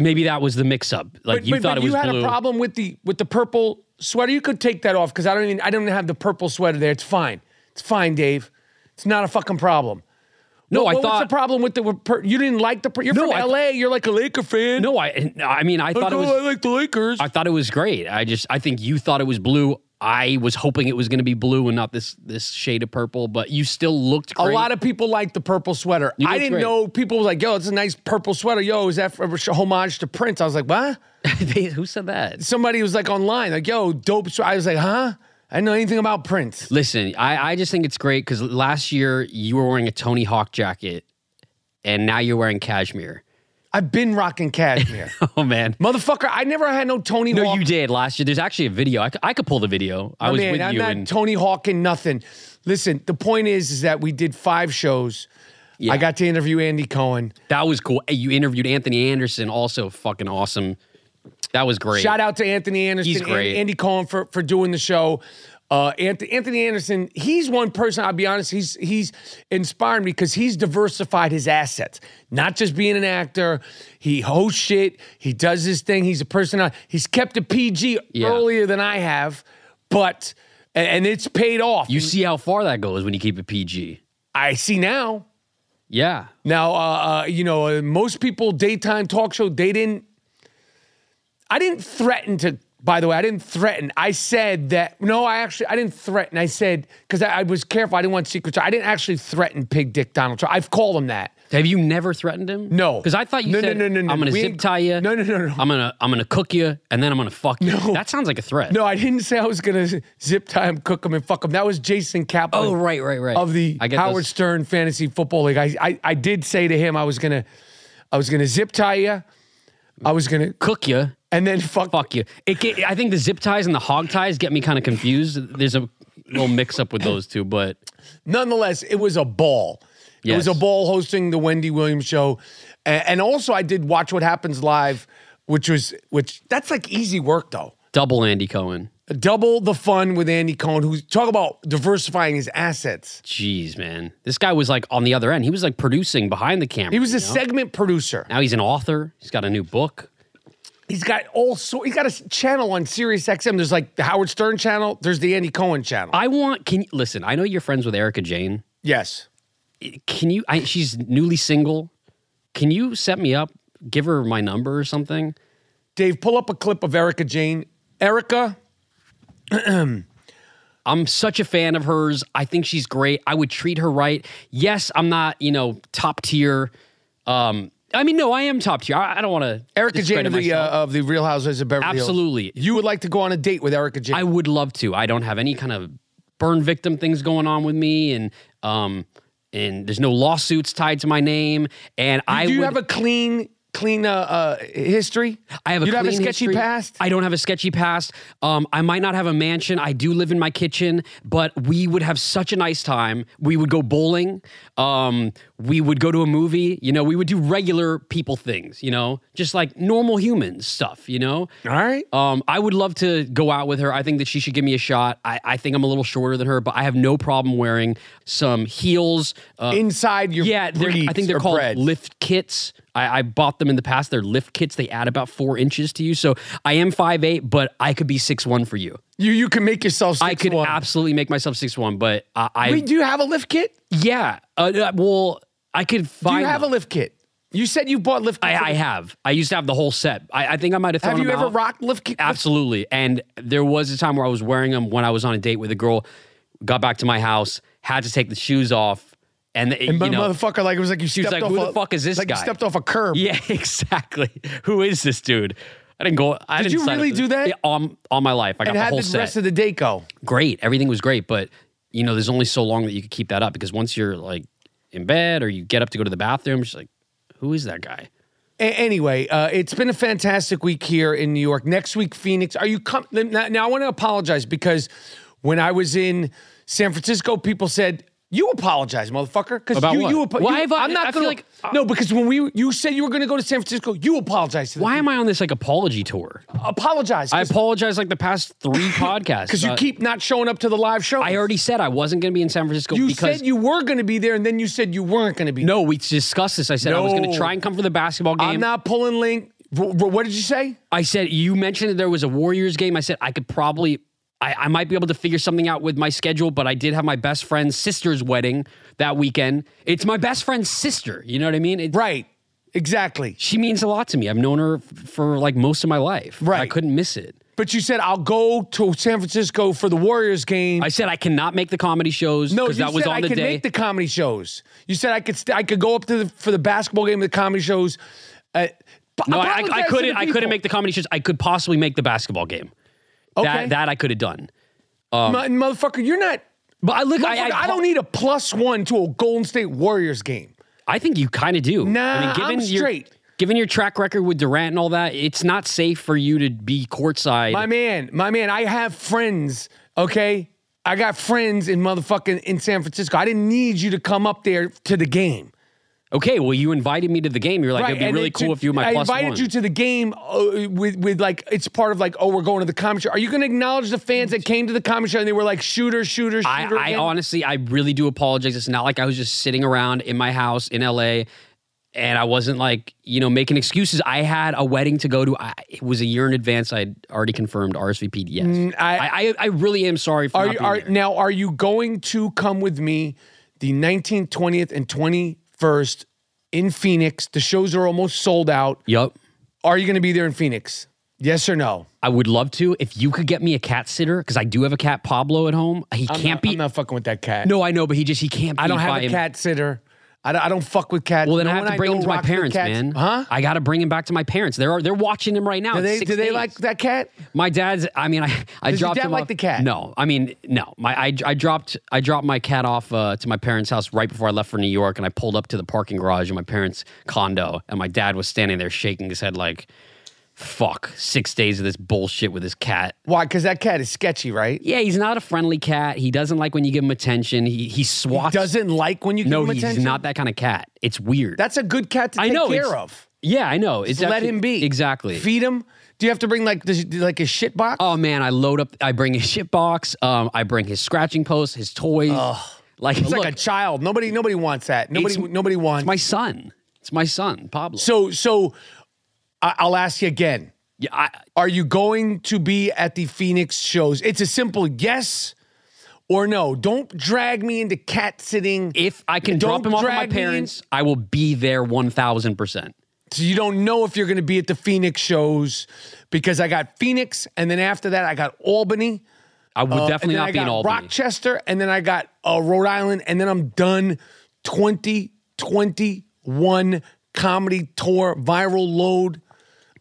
S5: Maybe that was the mix up. Like you thought it was
S1: you had
S5: blue.
S1: a problem with the with the purple sweater. You could take that off because I don't even I don't have the purple sweater there. It's fine. It's fine, Dave. It's not a fucking problem.
S5: No,
S1: What-
S5: I
S1: what was
S5: thought.
S1: the problem with the with pur- you didn't like the pur- you're
S5: No,
S1: from
S5: I-
S1: L.A. You're like a Laker fan.
S5: No, I. I mean, I
S1: like,
S5: thought it
S1: oh, I
S5: was.
S1: like the Lakers.
S5: I thought it was great. I just. I think you thought it was blue. I was hoping it was going to be blue and not this this shade of purple. But you still looked
S1: a
S5: great.
S1: lot of people like the purple sweater.
S5: You
S1: I
S5: look
S1: didn't
S5: great.
S1: know people was like, "Yo, it's a nice purple sweater." Yo, is that for a homage to Prince? I was like, "What?"
S5: They- Who said that?
S1: Somebody was like online, like, "Yo, dope." swe-" I was like, "Huh?" I didn't know anything about Prince.
S5: Listen, I, I just think it's great because last year you were wearing a Tony Hawk jacket and now you're wearing cashmere.
S1: I've been rocking cashmere,
S5: Oh, man.
S1: motherfucker. I never had no Tony.
S5: No,
S1: Hawk
S5: you did last year. There's actually a video. I, c- I could pull the video. I
S1: My
S5: was
S1: man,
S5: with
S1: I'm
S5: you.
S1: not
S5: And,
S1: Tony Hawk and nothing. Listen, the point is, is that we did five shows. I got to interview Andy Cohen.
S5: that was cool. Hey, You interviewed Anthony Anderson, also fucking awesome. That was great.
S1: Shout out to Anthony Anderson.
S5: He's
S1: and
S5: great.
S1: Andy Cohen for, for doing the show. Uh, Anthony, Anthony Anderson, he's one person, I'll be honest, he's he's inspired me because he's diversified his assets. Not just being an actor, he hosts shit, he does his thing, he's a person, I- he's kept a PG
S5: Yeah.
S1: earlier than I have, but, and, and it's paid off.
S5: You see how far that goes when you keep it PG.
S1: I see now.
S5: Yeah.
S1: Now, uh, uh, you know, uh, most people daytime talk show they didn't. I didn't threaten to. By the way, I didn't threaten. I said that. No, I actually I didn't threaten. I said because I, I was careful. I didn't want secrets. I didn't actually threaten Pig Dick Donald Trump. I've called him that.
S5: Have you never threatened him?
S1: No.
S5: Because I thought you
S1: No, no,
S5: said,
S1: no, no, no.
S5: "I'm gonna
S1: We
S5: zip
S1: ain't-
S5: tie you.
S1: No, no, no, no.
S5: I'm gonna I'm gonna cook you, and then I'm gonna fuck you."
S1: No.
S5: That sounds like a threat.
S1: No, I didn't say I was gonna zip tie him, cook him, and fuck him. That was Jason Kaplan.
S5: Oh, right, right, right.
S1: Of the
S5: I get
S1: Howard
S5: those-
S1: Stern Fantasy Football League. I, I I did say to him I was gonna I was gonna zip tie you. I was gonna
S5: cook you,
S1: and then fuck,
S5: fuck you. It get, I think the zip ties and the hog ties get me kind of confused. There's a little mix up with those two, but
S1: nonetheless, it was a ball. It was
S5: Yes.
S1: a ball hosting the Wendy Williams show, and, and also I did watch What Happens Live, which was which that's like easy work though.
S5: double Andy Cohen.
S1: Double the fun with Andy Cohen, who's talk about diversifying his assets.
S5: Jeez, man, this guy was like on the other end. He was like producing behind the camera.
S1: He was
S5: you
S1: a
S5: know?
S1: segment producer.
S5: Now he's an author. He's got a new book.
S1: He's got all sort. He's got a s- channel on Sirius XM. There's like the Howard Stern channel. There's the Andy Cohen channel.
S5: I want. Can you listen? I know you're friends with Erica Jane.
S1: yes.
S5: Can you? I, she's newly single. Can you set me up? Give her my number or something.
S1: Dave, pull up a clip of Erica Jane. Erica,
S5: I'm such a fan of hers. I think she's great. I would treat her right. Yes, I'm not, you know, top tier. Um, I mean, no, I am top tier. I, I don't want to.
S1: Erica Jane of the uh, of the Real Housewives of Beverly Hills.
S5: Absolutely.
S1: You would like to go on a date with Erica Jane?
S5: I would love to. I don't have any kind of burn victim things going on with me, and um, and there's no lawsuits tied to my name. And I
S1: Do you
S5: would,
S1: have a clean clean uh, uh, history?
S5: I have a
S1: You don't have a
S5: clean
S1: sketchy
S5: history.
S1: past.
S5: I don't have a sketchy past. Um, I might not have a mansion. I do live in my kitchen, but we would have such a nice time. We would go bowling. Um, we would go to a movie. You know, we would do regular people things. You know, just like normal humans stuff. You know.
S1: All right.
S5: Um, I would love to go out with her. I think that she should give me a shot. I, I think I'm a little shorter than her, but I have no problem wearing some heels. Uh,
S1: Inside your
S5: yeah, they're, I
S1: breeds
S5: think they're
S1: or
S5: called
S1: breads.
S5: lift kits. I, I bought them in the past. They're lift kits. They add about four inches to you. So I am 5'8", but I could be six one for you.
S1: You you can make yourself.
S5: I could
S1: 6'1".
S5: absolutely make myself six one, but I, I
S1: Wait, do you have a lift kit?
S5: yeah. Uh, Uh, well, I could
S1: Do
S5: find.
S1: you have a
S5: them.
S1: lift kit? You said you bought lift.
S5: I,
S1: kits.
S5: I have. I used to have the whole set. I, I think I might have thrown
S1: Have you
S5: them
S1: ever
S5: out.
S1: rocked lift kit?
S5: Absolutely. And there was a time where I was wearing them when I was on a date with a girl, got back to my house, had to take the shoes off. And, it-
S1: And
S5: you
S1: but
S5: know,
S1: motherfucker, like it was like you
S5: She was
S1: stepped
S5: like,
S1: off.
S5: "Who the
S1: a-
S5: fuck is this
S1: like
S5: guy?"
S1: You stepped off a curb.
S5: yeah, exactly. Who is this dude? I didn't go. I
S1: Did you
S5: didn't sign up
S1: really
S5: to
S1: do
S5: this.
S1: that?
S5: Yeah, on on my life, I got
S1: And
S5: the
S1: how
S5: whole
S1: did the
S5: set.
S1: rest of the day go?
S5: great, everything was great, but you know, there's only so long that you could keep that up because once you're like in bed or you get up to go to the bathroom, she's like, "Who is that guy?"
S1: A- anyway, uh, it's been a fantastic week here in New York. Next week, Phoenix. Are you com- now, now? I want to apologize because when I was in San Francisco, people said. You apologize, motherfucker. Because
S5: About
S1: you,
S5: what?
S1: you, apo-
S5: Why
S1: you-
S5: have I-
S1: I'm not
S5: I feel
S1: gonna.
S5: like- uh,
S1: no, because when we, you said you were gonna go to San Francisco, you apologized. To them.
S5: Why am I on this like apology tour?
S1: Apologize.
S5: I apologize like the past three podcasts
S1: Because you
S5: Uh,
S1: keep not showing up to the live show.
S5: I already said I wasn't going to be in San Francisco
S1: You
S5: because
S1: said you were gonna be there, and then you said you weren't gonna be.
S5: No, we discussed this. I said I was going to
S1: No.
S5: try and come for the basketball game.
S1: I'm not pulling link. R- r- what did you say?
S5: I said you mentioned that there was a Warriors game. I said I could probably, I, I might be able to figure something out with my schedule. But I did have my best friend's sister's wedding that weekend. It's my best friend's sister. You know what I mean? It,
S1: Right. Exactly.
S5: She means a lot to me. I've known her f- for like most of my life. I
S1: Right.
S5: couldn't miss it.
S1: But you said I'll go to San Francisco for the Warriors game.
S5: I said I cannot make the comedy shows
S1: no,
S5: because
S1: you
S5: that was
S1: said
S5: on
S1: I
S5: the
S1: could
S5: day.
S1: make the comedy shows. You said I could st- I could go up to the for the basketball game, the comedy shows. Uh, p-
S5: no, I, I-
S1: apologize to
S5: I
S1: the
S5: couldn't. I couldn't
S1: people.
S5: make the comedy shows. I could possibly make the basketball game.
S1: Okay.
S5: That, that I could have done.
S1: Mo- motherfucker, you're not.
S5: But I look.
S1: Motherfucker,
S5: I,
S1: I, don't need a plus one to a Golden State Warriors game.
S5: I think you kind of do. I
S1: Nah, I'm
S5: your,
S1: straight.
S5: Given your track record with Durant and all that, it's not safe for you to be courtside.
S1: My man, my man, I have friends, okay? I got friends in motherfucking in San Francisco. I didn't need you to come up there to the game.
S5: okay, well, you invited me to the game. You're like, it'd be
S1: and
S5: really
S1: it-
S5: cool if you were my
S1: I
S5: plus
S1: invited
S5: one.
S1: you to the game uh, with with like it's part of like oh we're going to the comedy show. Are you going to acknowledge the fans that came to the comedy show and they were like shooter shooter shooter?
S5: I, I
S1: again?
S5: honestly, I really do apologize. It's not like I was just sitting around in my house in LA and I wasn't like, you know, making excuses. I had a wedding to go to. I, it was a year in advance. I'd already confirmed RSVP'd. Yes.
S1: I-
S5: I, I, I really am sorry for
S1: Mm. are
S5: not
S1: you
S5: being
S1: are
S5: there.
S1: now are you going to come with me the 19th, 20th and 25th 1st in Phoenix. The shows are almost sold out.
S5: Yup.
S1: Are you going to be there in Phoenix? Yes or no?
S5: I would love to. If you could get me a cat sitter, because I do have a cat Pablo at home. He
S1: I'm
S5: can't
S1: not,
S5: be.
S1: I'm not fucking with that cat.
S5: no, I know, but he just he can't. Be
S1: I don't have
S5: by
S1: a
S5: him.
S1: cat sitter. I don't, I don't fuck with cats.
S5: Well, then
S1: No
S5: I have
S1: one
S5: to bring
S1: know
S5: him to my
S1: rocks with
S5: parents,
S1: cats.
S5: man.
S1: Huh?
S5: I got to bring him back to my parents. They're they're watching him right now.
S1: Do
S5: It's
S1: they,
S5: six
S1: do they
S5: days.
S1: like that cat?
S5: My dad's. I mean, I I
S1: Does your
S5: dropped
S1: dad
S5: him
S1: like
S5: off-
S1: the cat?
S5: No, I mean no. My I, I dropped I dropped my cat off uh, to my parents' house right before I left for New York, and I pulled up to the parking garage in my parents' condo, and my dad was standing there shaking his head like, "Fuck, six days of this bullshit with this cat."
S1: Why? Because that cat is sketchy, right?
S5: Yeah, he's not a friendly cat. He doesn't like when you give him attention. He he swats.
S1: Doesn't like when you give
S5: No,
S1: him
S5: he's
S1: attention.
S5: not that kind of cat. It's weird.
S1: That's a good cat to
S5: I
S1: take
S5: know,
S1: care
S5: it's-
S1: of.
S5: yeah, I know.
S1: Just
S5: It's
S1: let
S5: actually-
S1: him be.
S5: exactly.
S1: Feed him. Do you have to bring like does, like a shit box?
S5: Oh man, I load up. I bring his shit box. Um, I bring his scratching post, his toys. Like,
S1: it's
S5: look,
S1: like a child. Nobody nobody wants that. Nobody
S5: It's-
S1: nobody wants.
S5: it's my son. It's my son, Pablo.
S1: so so I, I'll ask you again.
S5: yeah, I,
S1: Are you going to be at the Phoenix shows? It's a simple yes or no. Don't drag me into cat sitting.
S5: if I can
S1: Don't
S5: drop him off at my
S1: drag me in.
S5: parents, I will be there one thousand percent.
S1: So you don't know if you're going to be at the Phoenix shows because I got Phoenix, and then after that I got Albany,
S5: I would
S1: uh,
S5: definitely
S1: and then
S5: not
S1: I
S5: be
S1: got
S5: in Albany.
S1: Rochester, and then I got uh, Rhode Island, and then I'm done. 2021 comedy tour, viral load.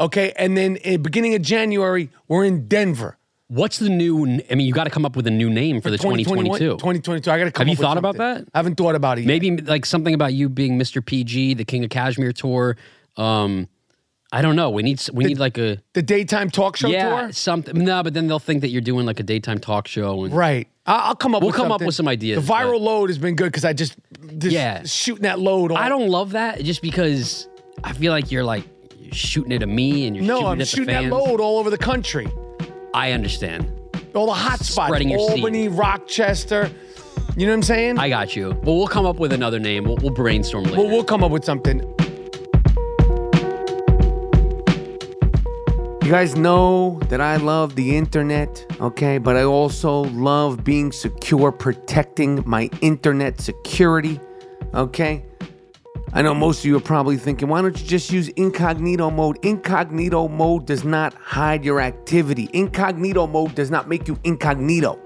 S1: Okay, and then in beginning of January we're in Denver.
S5: What's the new? n- I mean, you got to come up with a new name for the twenty twenty
S1: 2021
S5: two.
S1: 2022. I got to come.
S5: Have you
S1: up with
S5: thought about
S1: something.
S5: that?
S1: I haven't thought about it. yet.
S5: Maybe like something about you being Mr. PG, the King of Kashmir tour. Um, I don't know. We need s- we need like a
S1: the daytime talk show
S5: yeah
S1: tour.
S5: something. No, but then they'll think that you're doing like a daytime talk show and
S1: Right. I- I'll come up.
S5: We'll
S1: with
S5: come up
S1: something.
S5: with some ideas,
S1: The viral
S5: but-
S1: load has been good because I just, just
S5: Yeah.
S1: shooting that load. All,
S5: I don't love that just because I feel like you're like you're shooting it at me and you're
S1: No,
S5: shooting
S1: I'm
S5: at
S1: shooting
S5: the
S1: that
S5: fans.
S1: load all over the country.
S5: I understand.
S1: All the hot spots.
S5: Spreading your seed.
S1: Albany, Rochester. You know what I'm saying?
S5: I got you. Well, we'll come up with another name. We'll, we'll brainstorm later.
S1: well, we'll come up with something. You guys know that I love the internet, okay? But I also love being secure, protecting my internet security, okay? I know most of you are probably thinking, why don't you just use incognito mode? Incognito mode does not hide your activity. Incognito mode does not make you incognito.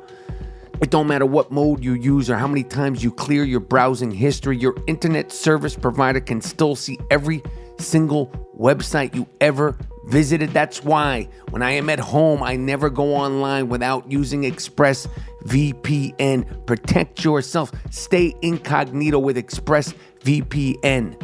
S1: It don't matter what mode you use or how many times you clear your browsing history, your internet service provider can still see every single website you ever visited. That's why when I am at home, I never go online without using Express VPN. Protect yourself. Stay incognito with Express VPN.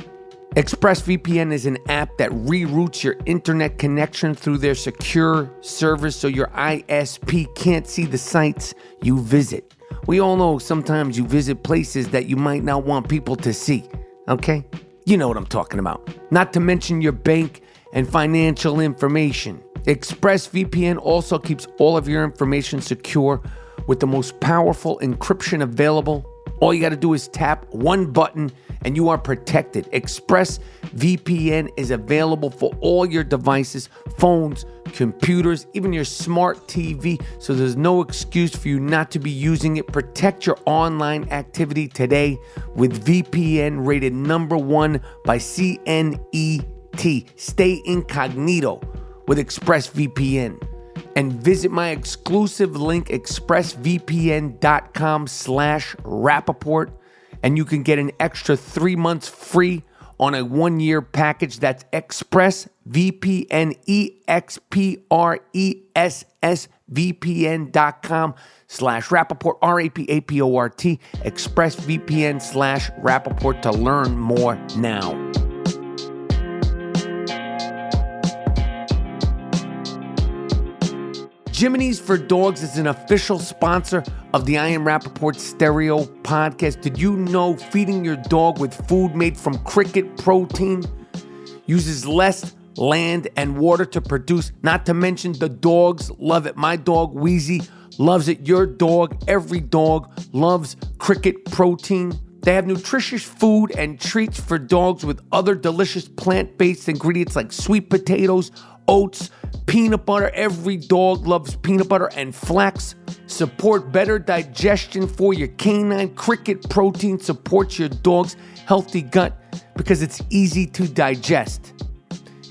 S1: ExpressVPN is an app that reroutes your internet connection through their secure service so your ISP can't see the sites you visit. We all know sometimes you visit places that you might not want people to see, okay? You know what I'm talking about. Not to mention your bank and financial information. ExpressVPN also keeps all of your information secure with the most powerful encryption available. All you got to do is tap one button and you are protected. ExpressVPN is available for all your devices, phones, computers, even your smart TV. So there's no excuse for you not to be using it. Protect your online activity today with VPN rated number one by CNET. Stay incognito with ExpressVPN and visit my exclusive link expressvpn.com slash rappaport and you can get an extra three months free on a one-year package that's expressvpn E e-x-p-r-e-s-s-vpn.com slash rappaport r-a-p-a-p-o-r-t expressvpn slash rappaport to learn more now Jiminy's for Dogs is an official sponsor of the I Am Rappaport Stereo podcast. Did you know feeding your dog with food made from cricket protein uses less land and water to produce? Not to mention the dogs love it. My dog, Wheezy, loves it. Your dog, every dog, loves cricket protein. They have nutritious food and treats for dogs with other delicious plant based ingredients like sweet potatoes, oats, peanut butter. Every dog loves peanut butter and flax. Support better digestion for your canine. Cricket protein supports your dog's healthy gut because it's easy to digest.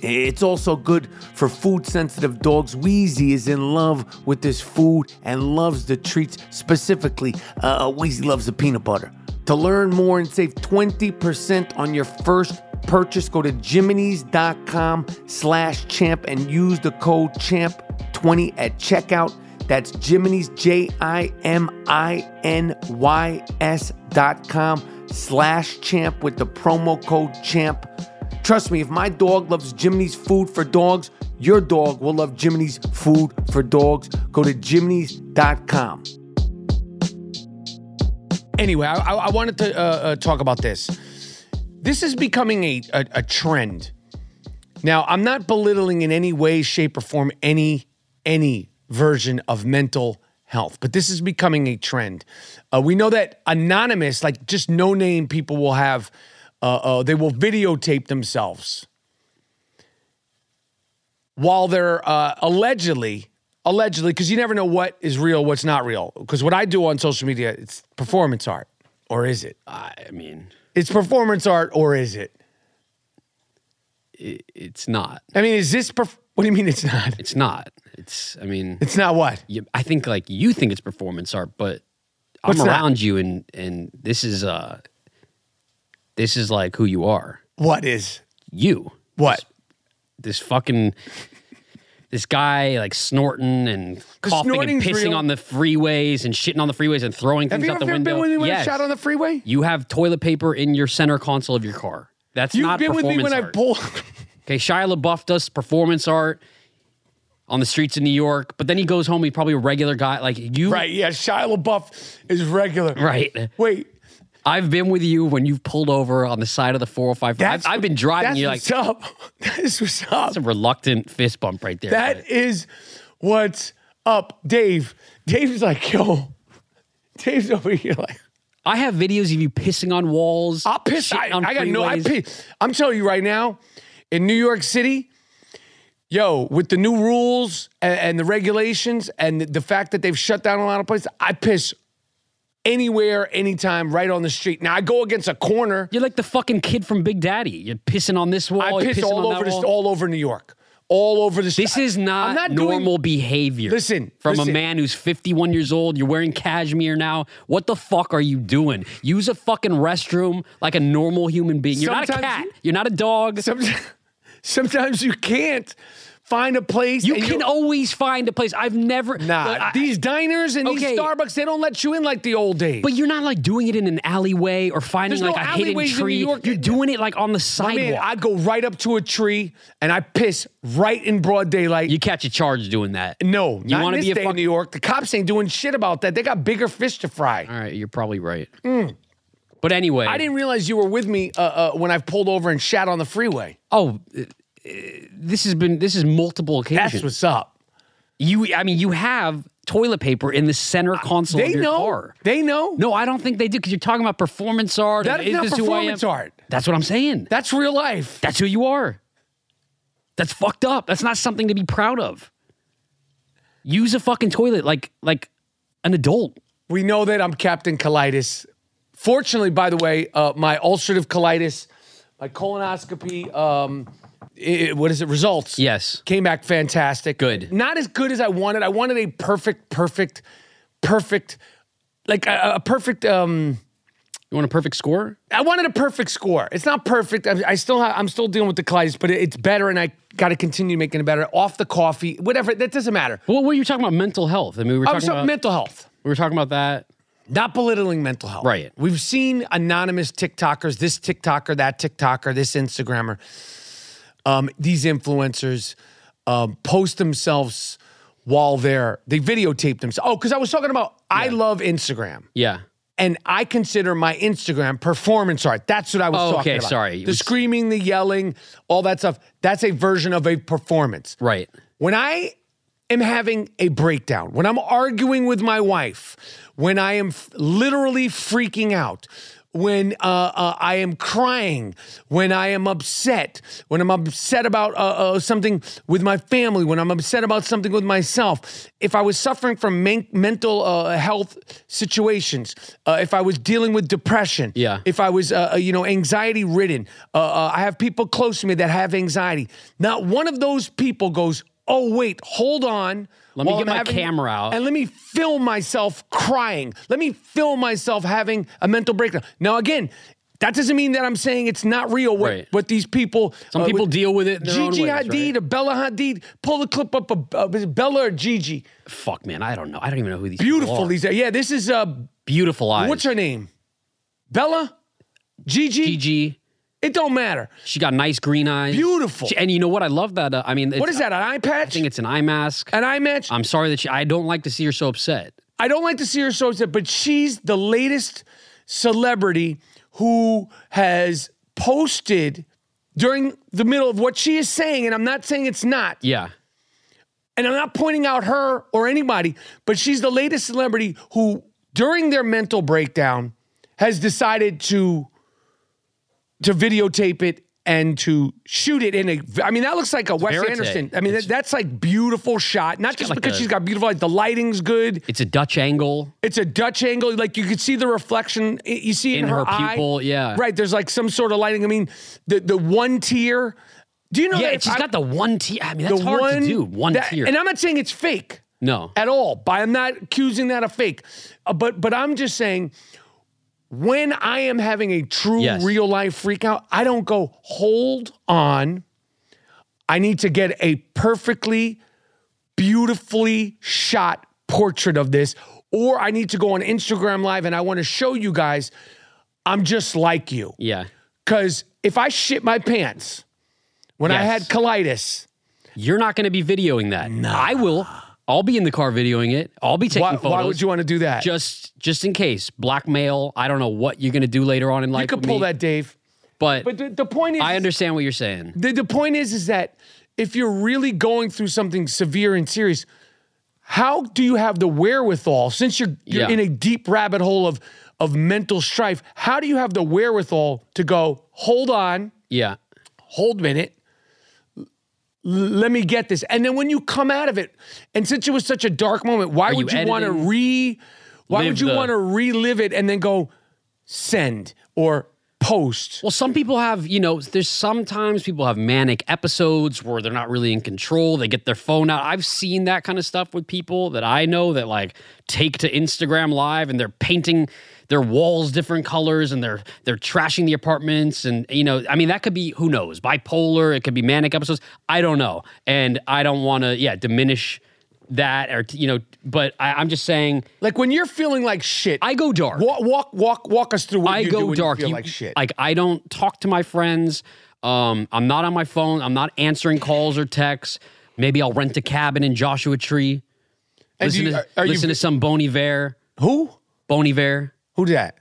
S1: It's also good for food sensitive dogs. Wheezy is in love with this food and loves the treats. Specifically, uh, Wheezy loves the peanut butter. To learn more and save 20% on your first purchase, go to jiminy's.com slash champ and use the code champ20 at checkout. That's Jiminy's, J I M I N Y S dot com slash champ with the promo code champ. Trust me, if my dog loves Jiminy's food for dogs, your dog will love Jiminy's food for dogs. Go to jiminy's.com. Anyway, I, I I wanted to uh, uh, talk about this. This is becoming a, a, a trend. Now, I'm not belittling in any way, shape, or form any any version of mental health, but this is becoming a trend. Uh, we know that anonymous, like just no name people, will have uh, uh, they will videotape themselves while they're uh, allegedly allegedly because you never know what is real, what's not real. Because what I do on social media, it's performance art, or is it?
S5: I mean,
S1: It's performance art, or is it?
S5: it, it's not.
S1: I mean, is this? Perf- what do you mean it's not?
S5: It's not. It's. I mean,
S1: It's not what?
S5: you, I think like you think it's performance art, but I'm
S1: What's that?
S5: around you, and and this is uh, this is like who you are.
S1: What is?
S5: You
S1: What?
S5: this fucking this guy like snorting and coughing and
S1: snorting's
S5: pissing
S1: real.
S5: on the freeways and shitting on the freeways and throwing
S1: Have
S5: things
S1: you
S5: out
S1: ever
S5: the window.
S1: been with me when I
S5: Yes.
S1: shot on the freeway?
S5: you have toilet paper in your center console of your car. That's
S1: You've
S5: not
S1: been with
S5: performance
S1: me when I
S5: art.
S1: pulled.
S5: Okay, Shia LaBeouf does performance art on the streets of New York, but then he goes home. He's probably a regular guy like you.
S1: right? Yeah, Shia LaBeouf is regular.
S5: Right.
S1: Wait,
S5: I've been with you when you've pulled over on the side of the 405. I've,
S1: that's
S5: I've been driving.
S1: That's
S5: You're like,
S1: what's up. That's what's up.
S5: that's a reluctant fist bump right there.
S1: That is what's up, Dave. Dave's like, yo, Dave's over here like,
S5: I have videos of you pissing on walls.
S1: I'll piss. I,
S5: shitting on
S1: I got no, I
S5: freeways.
S1: piss. I'm telling you right now, in New York City, yo, with the new rules and, and the regulations and the, the fact that they've shut down a lot of places, I piss anywhere, anytime, right on the street. Now I go against a corner.
S5: You're like the fucking kid from Big Daddy. You're pissing on this wall.
S1: I
S5: you're
S1: piss
S5: pissing on
S1: all
S5: that
S1: over this,
S5: wall.
S1: all over New York, all over the.
S5: This is not, normal behavior.
S1: Listen,
S5: from a
S1: listen.
S5: man who's 51 years old. You're wearing cashmere now. What the fuck are you doing? Use a fucking restroom like a normal human being. You're not a
S1: Sometimes
S5: cat.
S1: you-
S5: You're not a dog.
S1: Sometimes, sometimes you can't find a place.
S5: you
S1: and
S5: can always find a place. I've never.
S1: Nah,
S5: Look, I-
S1: these diners and
S5: Okay.
S1: these Starbucks, they don't let you in like the old days.
S5: But you're not like doing it in an alleyway or finding
S1: There's
S5: like
S1: no
S5: a hidden
S1: alleyways in New
S5: tree.
S1: York.
S5: You're doing it like on the
S1: I mean,
S5: sidewalk.
S1: I go right up to a tree and I piss right in broad daylight.
S5: you catch a charge doing that.
S1: no,
S5: you
S1: not in
S5: wanna
S1: this
S5: be a
S1: day in
S5: fuck-
S1: New York. The cops ain't doing shit about that. They got bigger fish to fry.
S5: All right, you're probably right. But anyway,
S1: Mm. I didn't realize you were with me uh, uh, when I pulled over and shat on the freeway.
S5: Oh, uh, uh, this has been this is multiple occasions.
S1: That's what's up.
S5: you. I mean, you have toilet paper in the center console
S1: They
S5: of your
S1: know.
S5: car.
S1: They know.
S5: no, I don't think they do because you're talking about performance art.
S1: That
S5: and
S1: is not
S5: this who I am?
S1: performance art.
S5: That's what I'm saying.
S1: That's real life.
S5: That's who you are. That's fucked up. That's not something to be proud of. Use a fucking toilet like like an adult.
S1: We know that I'm Captain Colitis. Fortunately, by the way, uh, my ulcerative colitis, my colonoscopy, um, i- i- what is it? Results.
S5: Yes.
S1: Came back fantastic.
S5: Good.
S1: Not as good as I wanted. I wanted a perfect, perfect, perfect, like a, a perfect. Um,
S5: You want a perfect score?
S1: I wanted a perfect score. It's not perfect. I, I still have, I'm still dealing with the colitis, but it, it's better, and I got to continue making it better. Off the coffee, whatever. That doesn't matter.
S5: Well, what were you talking about? Mental health. I mean, we were
S1: I'm
S5: talking
S1: talking
S5: about
S1: mental health.
S5: we were talking about that.
S1: Not belittling mental health.
S5: Right.
S1: We've seen anonymous TikTokers, this TikToker, that TikToker, this Instagrammer, um, these influencers um, post themselves while they're, they videotape themselves. Oh, because I was talking about, I love Instagram.
S5: Yeah.
S1: And I consider my Instagram performance art. That's what I was
S5: Oh,
S1: talking
S5: okay,
S1: about.
S5: sorry. It
S1: The
S5: was-
S1: screaming, the yelling, all that stuff. That's a version of a performance.
S5: Right.
S1: When I am having a breakdown, when I'm arguing with my wife, when I am f- literally freaking out, when uh, uh, I am crying, when I am upset, when I'm upset about uh, uh, something with my family, when I'm upset about something with myself, if I was suffering from men- mental uh, health situations, uh, if I was dealing with depression,
S5: Yeah.
S1: if I was, uh, uh, you know, anxiety ridden, uh, uh, I have people close to me that have anxiety. Not one of those people goes, oh, wait, hold on.
S5: Let me
S1: while
S5: get my camera out.
S1: And let me film myself crying. Let me film myself having a mental breakdown. Now, again, that doesn't mean that I'm saying it's not real what,
S5: Right.
S1: what these people. uh,
S5: Some people deal Uh, with it in their own
S1: Gigi
S5: ways,
S1: Hadid
S5: right?
S1: or Bella Hadid. Pull the clip up of uh, was it Bella or Gigi.
S5: Fuck, man, I don't know. I don't even know who these people
S1: Beautiful.
S5: are.
S1: These are. Yeah, this is, uh,
S5: beautiful eyes.
S1: what's her name? Bella? Gigi?
S5: Gigi.
S1: It don't matter.
S5: She got nice green eyes.
S1: Beautiful.
S5: She- and you know what? I love that. Uh, I mean, it's,
S1: What is that, an eye
S5: I
S1: patch?
S5: think it's an eye mask.
S1: an eye match?
S5: I'm sorry that she. I don't like to see her so upset.
S1: I don't like to see her so upset, but she's the latest celebrity who has posted during the middle of what she is saying, and I'm not saying it's not,
S5: Yeah.
S1: and I'm not pointing out her or anybody, but she's the latest celebrity who, during their mental breakdown, has decided to to videotape it and to shoot it in a. I mean, that looks like a Wes
S5: verite.
S1: Anderson. I mean, that, that's like beautiful shot. Not just
S5: got like
S1: because
S5: a-
S1: she's got beautiful, like the lighting's good.
S5: It's a Dutch angle.
S1: It's a Dutch angle. Like you could see the reflection. i- You see it in,
S5: In her
S1: eye.
S5: pupil, yeah.
S1: Right. There's like some sort of lighting. I mean, the the one tear. Do you know?
S5: Yeah,
S1: that
S5: and
S1: if
S5: she's
S1: I-
S5: got the one tier. I mean, that's hard to do. One
S1: that-
S5: tier.
S1: And I'm not saying it's fake
S5: no.
S1: at all. But I'm not accusing that of fake. Uh, but but I'm just saying. When I am having a true
S5: Yes.
S1: real life freak out, I don't go, hold on. I need to get a perfectly, beautifully shot portrait of this, or I need to go on Instagram Live and I want to show you guys I'm just like you.
S5: Yeah.
S1: Because if I shit my pants when I had
S5: Yes.
S1: colitis,
S5: You're not going to be videoing that. I will. I'll be in the car videoing it. I'll be taking
S1: why,
S5: photos.
S1: why would you want to do that?
S5: Just, just in case blackmail. I don't know what you're going to do later on in life.
S1: you could
S5: with
S1: pull
S5: me,
S1: that, Dave.
S5: but,
S1: But the, the point is,
S5: I understand what you're saying.
S1: The, the point is, is that if you're really going through something severe and serious, how do you have the wherewithal? Since you're you're
S5: Yeah.
S1: in a deep rabbit hole of of mental strife, how do you have the wherewithal to go? Hold on,
S5: Yeah.
S1: hold a minute. L- Let me get this. And then when you come out of it, and since it was such a dark moment, why would
S5: you
S1: you want to
S5: editing?
S1: re? Why
S5: Live
S1: would you
S5: the-
S1: want to relive it and then go send or post?
S5: Well, some people have, you know, there's sometimes people have manic episodes where they're not really in control. They get their phone out. I've seen that kind of stuff with people that I know that like take to Instagram live and they're painting their walls different colors and they're they're trashing the apartments and you know, I mean that could be who knows, bipolar, it could be manic episodes. I don't know. And I don't want to yeah, diminish that or you know, but I, I'm just saying
S1: Like when you're feeling like shit,
S5: I go dark.
S1: Walk, walk, walk, walk us through what
S5: I
S1: you
S5: go
S1: do when
S5: dark.
S1: You feel
S5: You-
S1: like shit.
S5: Like I don't talk to my friends. Um, I'm not on my phone. I'm not answering calls or texts. Maybe I'll rent a cabin in Joshua Tree.
S1: And do
S5: Listen,
S1: you-
S5: to,
S1: are- are you-
S5: listen to some Boney Vare.
S1: who?
S5: Boney Vare.
S1: Who did that?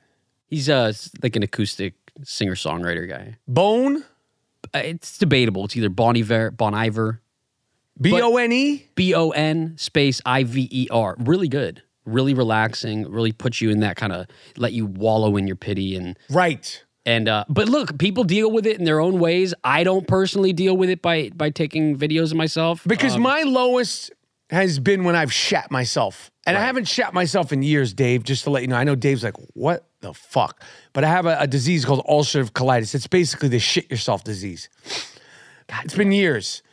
S5: He's uh s- like an acoustic singer songwriter guy.
S1: Bone.
S5: Uh, It's debatable. It's either Bon Iver, Bon Iver,
S1: B O N E.
S5: B O N space I V E R. Really good. Really relaxing. Really puts you in that kind of let you wallow in your pity and
S1: Right.
S5: And uh, but look, people deal with it in their own ways. I don't personally deal with it by by taking videos of myself.
S1: Because my lowest has been when I've shat myself, and I haven't shat myself in years, Dave. Just to let you know, I know Dave's like, "What the fuck?" But I have a, a disease called ulcerative colitis. It's basically the shit yourself disease. it's been years,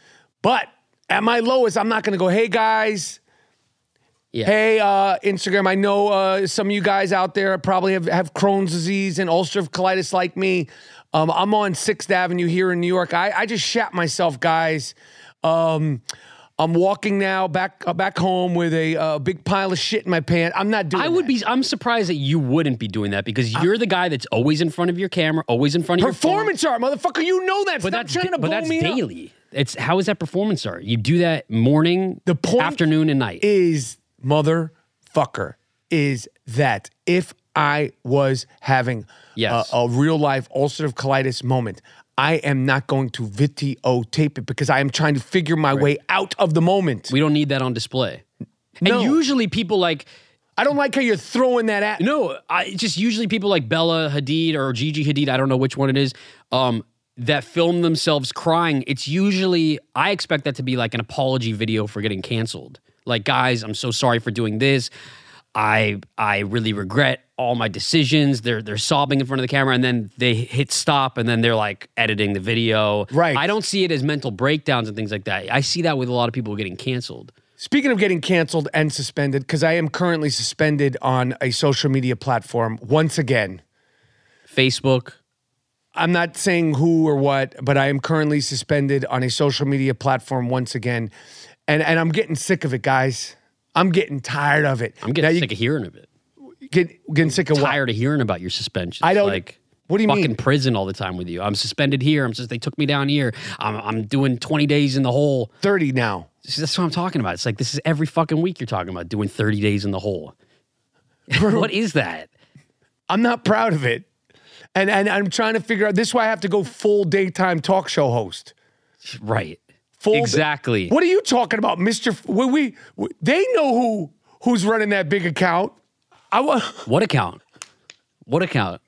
S1: but at my lowest, I'm not going to go, "Hey guys."
S5: Yeah.
S1: Hey, uh, Instagram. I know uh, some of you guys out there probably have, have Crohn's disease and ulcerative colitis like me. Um, I'm on Sixth Avenue here in New York. I, I just shat myself, guys. Um, I'm walking now back uh, back home with a uh, big pile of shit in my pants. I'm not doing.
S5: I would
S1: that.
S5: be. I'm surprised that you wouldn't be doing that because you're the guy that's always in front of your camera, always in front of your phone.
S1: performance art, motherfucker. You know that.
S5: But
S1: Stop
S5: that's
S1: trying to
S5: but
S1: blow
S5: that's
S1: me up.
S5: daily. It's how is that performance art? You do that morning,
S1: The point
S5: afternoon, and night.
S1: is motherfucker is that if I was having
S5: Yes.
S1: a, a real life ulcerative colitis moment, I am not going to videotape it because I am trying to figure my way out of the moment.
S5: we don't need that on display.
S1: No.
S5: And usually people like
S1: I don't like how you're throwing that at.
S5: No, I it's just usually people like Bella Hadid or Gigi Hadid, I don't know which one it is, um, that film themselves crying. It's usually I expect that to be like an apology video for getting canceled. Like, guys, I'm so sorry for doing this. I I really regret all my decisions. They're they're sobbing in front of the camera and then they hit stop and then they're like editing the video.
S1: Right.
S5: I don't see it as mental breakdowns and things like that. I see that with a lot of people getting canceled.
S1: Speaking of getting canceled and suspended, because I am currently suspended on a social media platform once again.
S5: Facebook.
S1: I'm not saying who or what, but I am currently suspended on a social media platform once again. And and I'm getting sick of it, guys. I'm getting tired of it.
S5: I'm getting sick of hearing of it.
S1: of get, getting sick of what?
S5: tired of hearing about your suspension.
S1: I don't-
S5: like.
S1: what do you
S5: fucking
S1: mean?
S5: prison all the time with you? I'm suspended here. I'm just they took me down here. I'm I'm doing 20 days in the hole.
S1: 30 now.
S5: See, that's what I'm talking about. It's like this is every fucking week you're talking about doing 30 days in the hole. what is that?
S1: I'm not proud of it. And and I'm trying to figure out this is why I have to go full daytime talk show host.
S5: Right.
S1: Full
S5: exactly.
S1: What are you talking about, Mister? F- we, we, we they know who who's running that big account. I want
S5: What account? What account?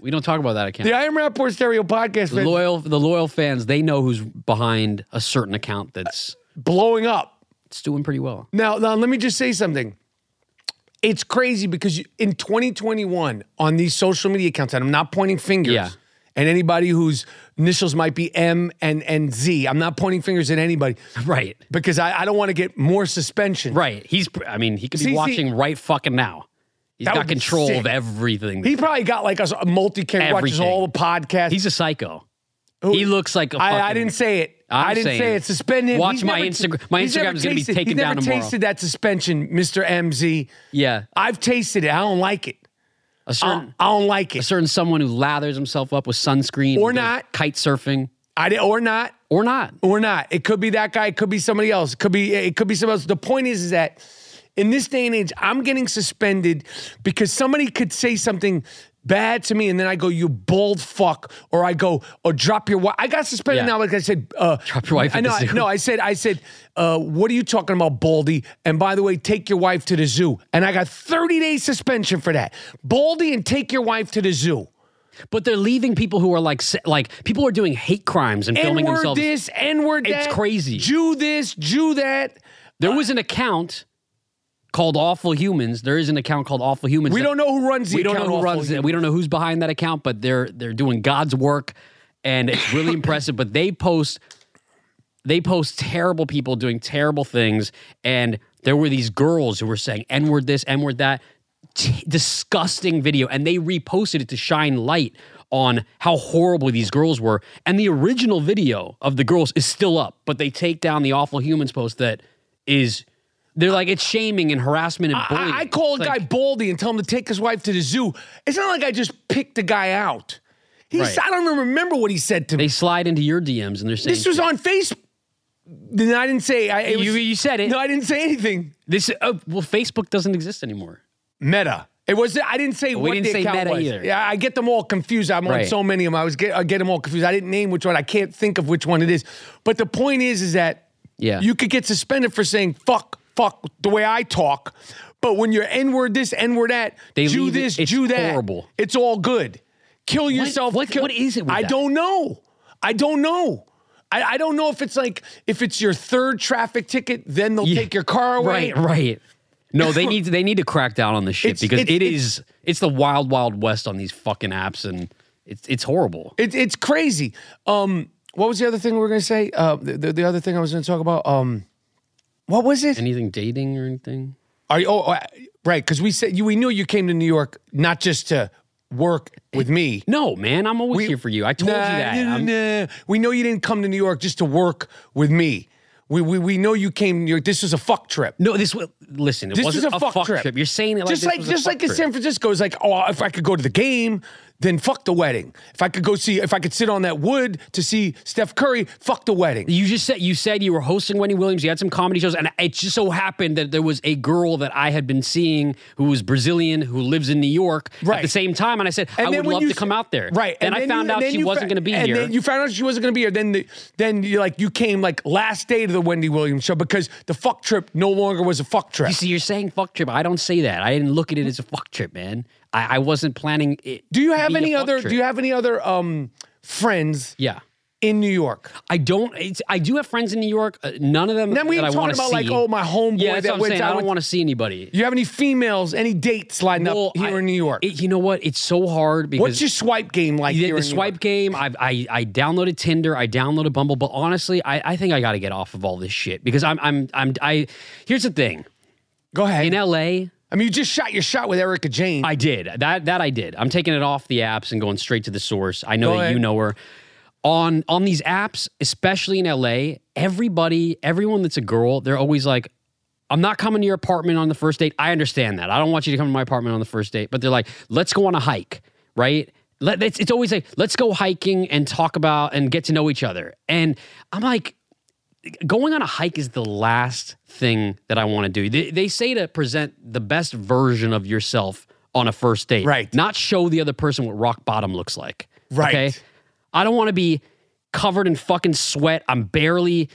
S5: We don't talk about that account.
S1: the I Am Rapport Stereo podcast
S5: The
S1: man,
S5: loyal the loyal fans, they know who's behind a certain account that's
S1: blowing up.
S5: it's doing pretty well.
S1: Now, now, let me just say something. It's crazy because you- in 2021, on these social media accounts, and I'm not pointing fingers.
S5: Yeah.
S1: And anybody whose initials might be M and, and Z, I'm not pointing fingers at anybody
S5: Right.
S1: because I, I don't want to get more suspension.
S5: Right. He's pr- I mean, he could be
S1: See, see-
S5: watching right fucking now. He's
S1: That
S5: got
S1: would be
S5: control
S1: sick.
S5: of everything.
S1: He probably got like a, s- a multi-cam, watches
S5: Everything.
S1: all the podcasts.
S5: He's a psycho. he looks like a
S1: I, I
S5: fucking-
S1: didn't say it.
S5: I'm
S1: I did not
S5: saying
S1: say
S5: it.
S1: it. Suspend him.
S5: Watch
S1: He's
S5: my
S1: never-
S5: Instagram- my
S1: he's never
S5: Instagram is gonna be
S1: tasted-
S5: taken down
S1: He never
S5: tomorrow.
S1: tasted that suspension, Mr. MZ.
S5: Yeah.
S1: I've tasted it. I don't like it.
S5: A
S1: I
S5: certain
S1: don't, I don't like
S5: a
S1: it.
S5: certain someone who lathers himself up with sunscreen
S1: Or
S5: and goes
S1: not.
S5: kite surfing
S1: I did, or not.
S5: or not.
S1: Or not. It could be that guy. It could be somebody else. It could be. It could be somebody else. The point is, is that in this day and age, I'm getting suspended because somebody could say something bad to me, and then I go, "You bald fuck," or I go, "Or drop your wife." I got suspended
S5: Yeah.
S1: now. Like I said, uh,
S5: Drop your wife
S1: I
S5: at
S1: know.
S5: the
S1: I,
S5: zoo.
S1: no, I said. I said. Uh, what are you talking about, Baldy? And by the way, take your wife to the zoo. And I got 30 days suspension for that. Baldy and take your wife to the zoo.
S5: But they're leaving people who are like se- like people are doing hate crimes and filming
S1: N-word
S5: themselves.
S1: this, N-word
S5: It's
S1: that.
S5: crazy.
S1: Jew this, Jew that.
S5: there was an account called Awful Humans. There is an account called Awful Humans.
S1: We
S5: that-
S1: don't know who runs the
S5: we don't know
S1: account
S5: who
S1: Awful
S5: runs it. We don't know who's behind that account, but they're they're doing God's work, and it's really impressive. But they post they post terrible people doing terrible things, and there were these girls who were saying n word this, n word that, t- disgusting video, and they reposted it to shine light on how horrible these girls were. And the original video of the girls is still up, but they take down the awful humans post that is. They're like it's shaming and harassment and bullying.
S1: I, I call a
S5: It's
S1: guy
S5: like-
S1: Baldy and tell him to take his wife to the zoo. It's not like I just picked the guy out. He's,
S5: Right.
S1: I don't even remember what he said to me.
S5: They slide into your DMs and they're saying
S1: this was on Facebook. Then I didn't say. I, it
S5: You-
S1: was-
S5: you said it.
S1: No, I didn't say anything.
S5: This uh, well, Facebook doesn't exist anymore.
S1: Meta. It was. I didn't say. what
S5: didn't
S1: the
S5: say
S1: account
S5: Meta
S1: was.
S5: either.
S1: Yeah, I get them all confused. I'm on
S5: Right.
S1: so many of them. I was get, I get them all confused. I didn't name which one. I can't think of which one it is. But the point is, is that
S5: Yeah.
S1: you could get suspended for saying fuck, fuck the way I talk. But when you're n word this, n word that,
S5: They
S1: Jew
S5: leave it-
S1: this,
S5: it's
S1: Jew that,
S5: horrible.
S1: It's all good. Kill yourself.
S5: what-
S1: kill-
S5: what is it with
S1: I
S5: that?
S1: don't know. I don't know. I, I don't know if it's like if it's your third traffic ticket, then they'll
S5: Yeah.
S1: take your car away.
S5: Right, right. No, they need to, they need to crack down on this shit
S1: It's-
S5: because
S1: it's-
S5: it's, it's, the wild wild west on these fucking apps and it's it's horrible.
S1: It, it's crazy. Um, what was the other thing we were going to say? Uh, the, the, the other thing I was going to talk about. Um, what was it?
S5: Anything dating or anything?
S1: Are you? Oh, uh, right. Because we said you, we knew you came to New York not just to work with me.
S5: No, man, I'm always here for you. I told
S1: nah,
S5: you that.
S1: nah,
S5: I'm-
S1: nah. We know you didn't come to New York just to work with me. We we, we know you came. to New York. This was a fuck trip.
S5: No, this was listen. It
S1: This was
S5: wasn't
S1: a fuck, trip.
S5: You're saying it like
S1: just
S5: this
S1: like
S5: was a
S1: just
S5: fuck
S1: like in
S5: trip.
S1: San Francisco. It's like oh, if I could go to the game, then fuck the wedding. If I could go see, if I could sit on that wood to see Steph Curry, fuck the wedding.
S5: You just said you said you were hosting Wendy Williams. You had some comedy shows, and it just so happened that there was a girl that I had been seeing who was Brazilian who lives in New York at
S1: Right.
S5: the same time, and I said I
S1: then
S5: would
S1: when
S5: love
S1: you
S5: to
S1: s-
S5: come out there.
S1: Right.
S5: Then, I
S1: you-
S5: found out
S1: then
S5: she
S1: you
S5: wasn't
S1: fa-
S5: going to be
S1: and
S5: here.
S1: Then you found out she wasn't going to be here. Then, the, then you like you came like last day to the Wendy Williams show because the fuck trip no longer was a fuck trip.
S5: You see, you're saying fuck trip. I don't say that. I didn't look at it as a fuck trip, man. I, I wasn't planning it.
S1: do you
S5: to
S1: have
S5: be a
S1: any
S5: fuck
S1: other?
S5: trip.
S1: Do you have any other um friends
S5: Yeah.
S1: in New York?
S5: I don't. It's, I do have friends in New York. Uh, none of them.
S1: Then we
S5: that
S1: ain't
S5: I
S1: talking
S5: wanna
S1: about
S5: see.
S1: like oh my homeboy
S5: Yeah, that's
S1: that
S5: what I'm
S1: went
S5: saying.
S1: out
S5: I don't
S1: with-
S5: want to see anybody.
S1: You have any females, any dates lined
S5: Well,
S1: up here
S5: I-
S1: in New York?
S5: it- you know what? It's so hard because
S1: What's your swipe game like
S5: the,
S1: here
S5: the
S1: in New
S5: swipe
S1: York?
S5: game. I've, I I downloaded Tinder. I downloaded Bumble. But honestly, I, I think I got to get off of all this shit because I'm I'm I'm I. Here's the thing.
S1: Go ahead.
S5: In L.A.,
S1: I mean, you just shot your shot with Erica Jane.
S5: I did that. That I did. I'm taking it off the apps and going straight to the source. I
S1: Go
S5: know that
S1: ahead.
S5: you know her. On on these apps, especially in LA, everybody, everyone that's a girl, they're always like, "I'm not coming to your apartment on the first date." I understand that. I don't want you to come to my apartment on the first date, but they're like, "Let's go on a hike," right? Let, it's, it's always like, "Let's go hiking and talk about and get to know each other." And I'm like, going on a hike is the last thing that I want to do. They, they say to present the best version of yourself on a first date,
S1: Right.
S5: Not show the other person what rock bottom looks like,
S1: Right.
S5: I don't want to be covered in fucking sweat. I'm barely,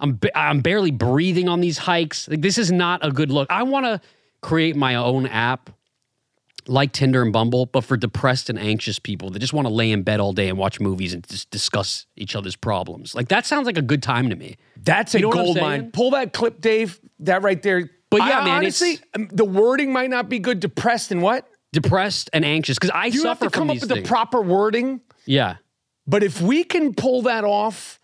S5: I'm ba- I'm barely breathing on these hikes. Like this is not a good look. I want to create my own app. Like Tinder and Bumble, but for depressed and anxious people that just want to lay in bed all day and watch movies and just discuss each other's problems. Like, that sounds like a good time to me.
S1: That's a
S5: You know what I'm
S1: gold
S5: saying?
S1: mine. Pull that clip, Dave. That right there.
S5: But yeah,
S1: I,
S5: man, it's-
S1: Honestly, um, the wording might not be good. Depressed and what?
S5: depressed and anxious because I
S1: You have
S5: suffer
S1: to come
S5: from
S1: up
S5: these
S1: with
S5: things.
S1: the proper wording.
S5: yeah.
S1: But if we can pull that off,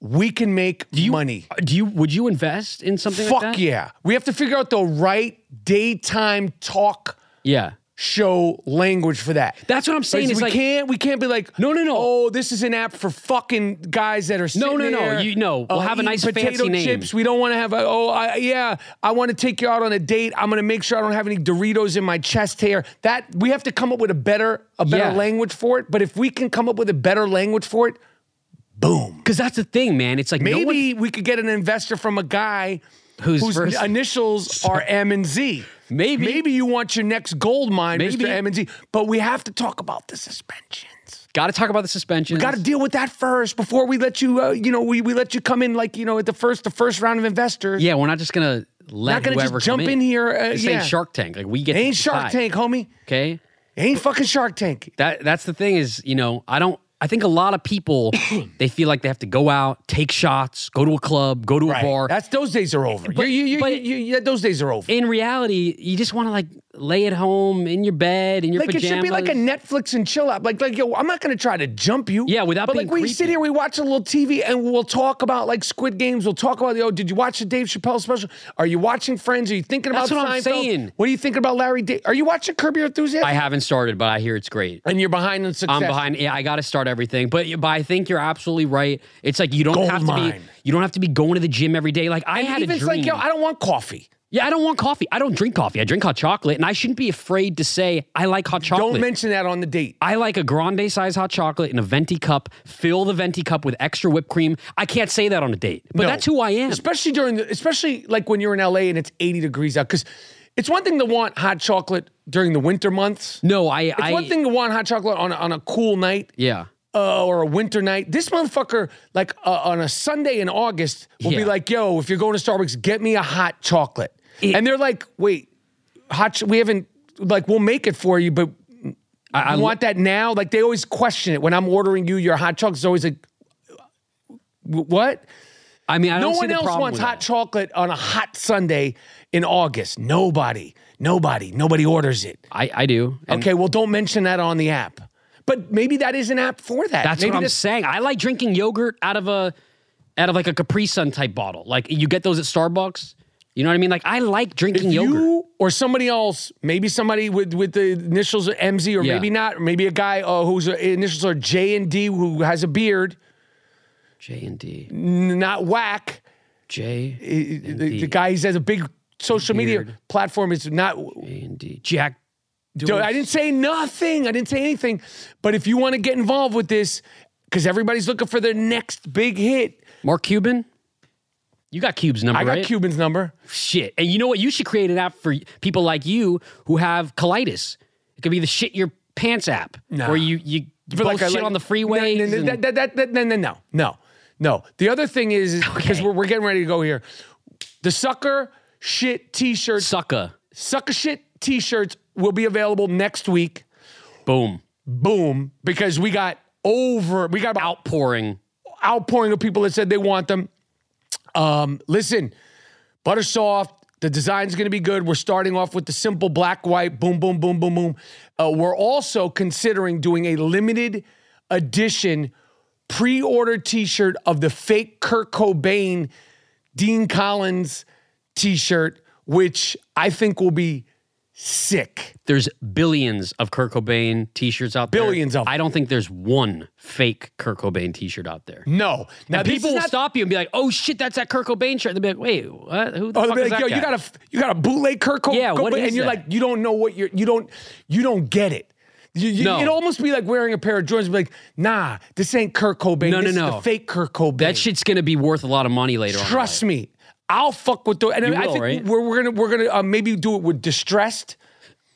S1: we can make money.
S5: Do you? Would you invest in something?
S1: Fuck
S5: like that?
S1: yeah. We have to figure out the right daytime talk
S5: Yeah.
S1: show language for that.
S5: That's what I'm saying.
S1: Because
S5: Is
S1: we
S5: like
S1: can't we can't be like
S5: No, no, no.
S1: oh this is an app for fucking guys that are sitting
S5: no, no.
S1: there, uh,
S5: You- no. We'll have a
S1: eating
S5: nice
S1: potato
S5: fancy name.
S1: chips we don't want to have a, oh I, yeah I want to take you out on a date I'm gonna make sure I don't have any Doritos in my chest hair that we have to come up with a better a better
S5: Yeah.
S1: language for it but if we can come up with a better language for it boom
S5: because that's the thing, man. It's like no one-
S1: maybe we could get an investor from a guy
S5: Whose
S1: whose,
S5: first-
S1: initials are M and Z.
S5: Maybe.
S1: maybe you want your next gold mine,
S5: Maybe.
S1: Mr. M and Z. But we have to talk about the suspensions.
S5: got to talk about the suspension.
S1: We got to deal with that first before we let you. Uh, you know, we, we let you come in like you know at the first the first round of investors.
S5: Yeah, we're not just gonna let
S1: Not gonna just
S5: whoever
S1: jump
S5: come
S1: in here, uh,
S5: this
S1: yeah.
S5: ain't Shark Tank. Like we get
S1: it
S5: to
S1: ain't Shark
S5: decide,
S1: Tank, homie.
S5: Okay.
S1: It ain't fucking Shark Tank.
S5: That that's the thing is you know I don't. I think a lot of people they feel like they have to go out, take shots, go to a club, go to a bar.
S1: That's those days are over.
S5: But-
S1: you, you, you,
S5: but-
S1: you, you- yeah, those days are over.
S5: in reality, you just want to like lay at home in your bed in your
S1: like
S5: pajamas.
S1: it should be like a Netflix and chill app. Like like yo, I'm not gonna try to jump you.
S5: Yeah, without
S1: But
S5: being
S1: like we sit
S5: creepy.
S1: here, we watch a little TV, and we'll talk about like Squid Games. We'll talk about yo, did you watch the Dave Chappelle special? Are you watching Friends? Are you thinking about
S5: That's what I'm
S1: Seinfeld?
S5: saying.
S1: What are you thinking about Larry? Da- are you watching Curb Your Enthusiasm?
S5: I haven't started, but I hear it's great.
S1: and you're behind in success.
S5: I'm behind. Yeah, I got to start everything, but but I think you're absolutely right. It's like you don't
S1: Gold
S5: have to be
S1: mine.
S5: you don't have to be going to the gym every day. Like I
S1: And
S5: had
S1: even
S5: a
S1: it's
S5: dream.
S1: like yo, I don't want coffee.
S5: yeah, I don't want coffee. I don't drink coffee. I drink hot chocolate, and I shouldn't be afraid to say I like hot chocolate.
S1: Don't mention that on the date.
S5: I like a grande size hot chocolate in a venti cup. Fill the venti cup with extra whipped cream. I can't say that on a date, but
S1: No.
S5: that's who I am.
S1: Especially during the, especially like when you're in LA and it's 80 degrees out. Because it's one thing to want hot chocolate during the winter months.
S5: No, I.
S1: It's
S5: I
S1: one thing to want hot chocolate on a, on a cool night.
S5: Yeah.
S1: uh, or a winter night. This motherfucker, like uh, on a Sunday in August, will
S5: Yeah.
S1: be like, "Yo, if you're going to Starbucks, get me a hot chocolate."
S5: It-
S1: and they're like, "Wait, hot? Ch- we haven't like we'll make it for you, but
S5: I, I
S1: you want that now?" Like they always question it when I'm ordering you your hot chocolate. It's always like, "W- "What?"
S5: I mean, I
S1: No
S5: don't see
S1: one
S5: the
S1: else
S5: problem
S1: wants
S5: with
S1: hot
S5: that.
S1: chocolate on a hot Sunday in August. Nobody, nobody, nobody orders it.
S5: I, I do. And
S1: okay, well, don't mention that on the app. But maybe that is an app for that.
S5: That's
S1: maybe
S5: what I'm
S1: this-
S5: saying. I like drinking yogurt out of a out of like a Capri Sun type bottle. Like you get those at Starbucks. You know what I mean? Like I like drinking
S1: if
S5: yogurt.
S1: you or somebody else, maybe somebody with with the initials of MZ, or
S5: Yeah.
S1: maybe not, or maybe a guy uh, whose initials are J and D, who has a beard,
S5: J and D.
S1: n- not whack.
S5: J
S1: The, the guy who has a big social media platform is not
S5: and D. Jack
S1: Dude, I didn't say nothing. I didn't say anything. But if you want to get involved with this, because everybody's looking for their next big hit,
S5: Mark Cuban? You got Cube's number,
S1: I got
S5: right?
S1: Cuban's number.
S5: Shit. And you know what? You should create an app for people like you who have colitis. It could be the shit your pants app where you, you
S1: For
S5: both
S1: like a-
S5: shit
S1: like-
S5: on the
S1: No,
S5: freeways.
S1: no, no,
S5: and-
S1: that- that- that- that- no, no, no, no, no. The other thing is is because
S5: Okay.
S1: we're, we're getting ready to go here. The sucker shit T-shirts,
S5: Sucker.
S1: sucker shit T-shirts will be available next week.
S5: Boom.
S1: Boom, because we got over, we got about
S5: Outpouring.
S1: outpouring of people that said they want them. Um, listen, Buttersoft, the design's going to be good. We're starting off with the simple black, white, boom, boom, boom, boom, boom. Uh, we're also considering doing a limited edition pre order t shirt of the fake Kurt Cobain, Dean Collins t shirt, which I think will be sick.
S5: There's billions of Kurt Cobain t-shirts out there.
S1: Billions of them.
S5: I don't think there's one fake Kurt Cobain t-shirt out there.
S1: No. Now, this
S5: People
S1: is
S5: will
S1: not-
S5: stop you and be like, "Oh shit, that's that Kurt Cobain shirt." They'll be like, "Wait, what? Who the
S1: Oh, they'll
S5: fuck
S1: be
S5: is
S1: like,
S5: that
S1: yo,
S5: guy?"
S1: you got a you got a bootleg Kurt Cobain,
S5: Yeah, what
S1: Cobain,"
S5: is
S1: and you're
S5: that?
S1: like, you don't know what you're you don't you don't get it. You, you,
S5: No.
S1: It'd almost be like wearing a pair of Jordans, be like, nah, this ain't Kurt Cobain.
S5: No, no,
S1: this is
S5: no.
S1: the fake Kurt Cobain.
S5: that shit's gonna be worth a lot of money later on. in
S1: Trust me, I'll fuck with the. And I, I
S5: will,
S1: think
S5: right?
S1: we're, we're gonna we're gonna uh, maybe do it with distressed
S5: life.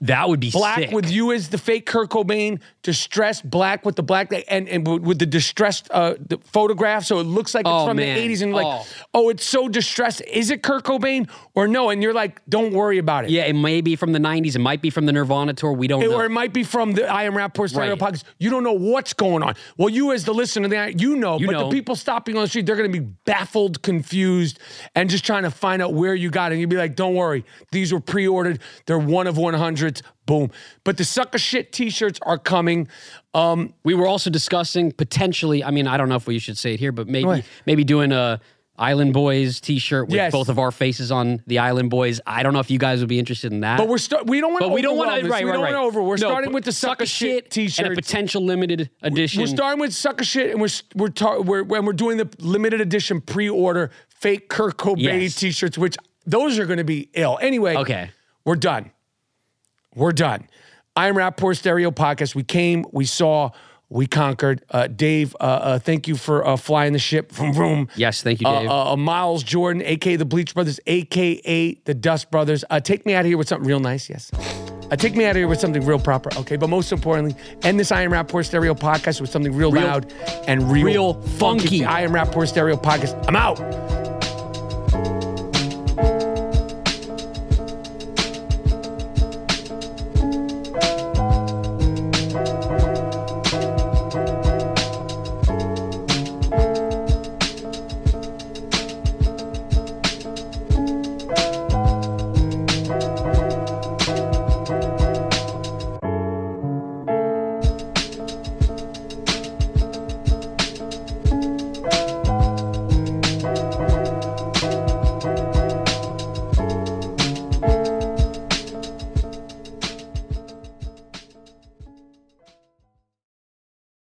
S5: That would be
S1: black
S5: sick.
S1: with you as the fake Kurt Cobain, distressed black with the black and and with the distressed uh, the photograph, so it looks like it's
S5: Oh,
S1: from
S5: man.
S1: the '80s, and like,
S5: Oh.
S1: oh. it's so distressed. Is it Kurt Cobain or no? And you're like, don't worry about it.
S5: Yeah, it may be from the '90s. It might be from the Nirvana tour. We don't know.
S1: or it might be from the I Am Rapport Stereo
S5: Right.
S1: podcast. You don't know what's going on. Well, you as the listener, they- you know,
S5: You
S1: but
S5: know.
S1: the people stopping on the street, they're going to be baffled, confused, and just trying to find out where you got it. And you'd be like, don't worry, these were pre ordered. They're one of 100s. Boom. But the sucker shit t shirts are coming. Um,
S5: We were also discussing potentially. I mean, I don't know if we should say it here, but maybe
S1: Right.
S5: maybe doing a Island Boys T-shirt with
S1: Yes.
S5: both of our faces on the Island Boys. I don't know if you guys would be interested in that.
S1: but we're start. We don't want.
S5: but we don't
S1: want
S5: want to. Right,
S1: we
S5: right,
S1: don't
S5: right.
S1: want over. We're
S5: No,
S1: starting
S5: but
S1: with the sucker shit t-shirts.
S5: and a potential limited edition.
S1: We're starting with sucker shit, and we're we're tar- we're when we're doing the limited edition pre-order fake Kurt Cobain
S5: Yes.
S1: t-shirts, which those are going to be ill. Anyway,
S5: Okay.
S1: we're done. We're done. I'm Rapport Stereo Podcast. We came, we saw, we conquered. Uh, Dave, uh, uh, thank you for uh, flying the ship. Vroom, vroom.
S5: Yes, thank you, Dave.
S1: Uh, uh, Miles Jordan, aka the Bleach Brothers, aka the Dust Brothers. Uh, take me out of here with something real nice. Yes. Uh, take me out of here with something real proper, okay? But most importantly, end this I Am Rapport Stereo podcast with something real,
S5: Real-
S1: loud and real,
S5: real funky.
S1: I Am Rapport Stereo podcast. I'm out.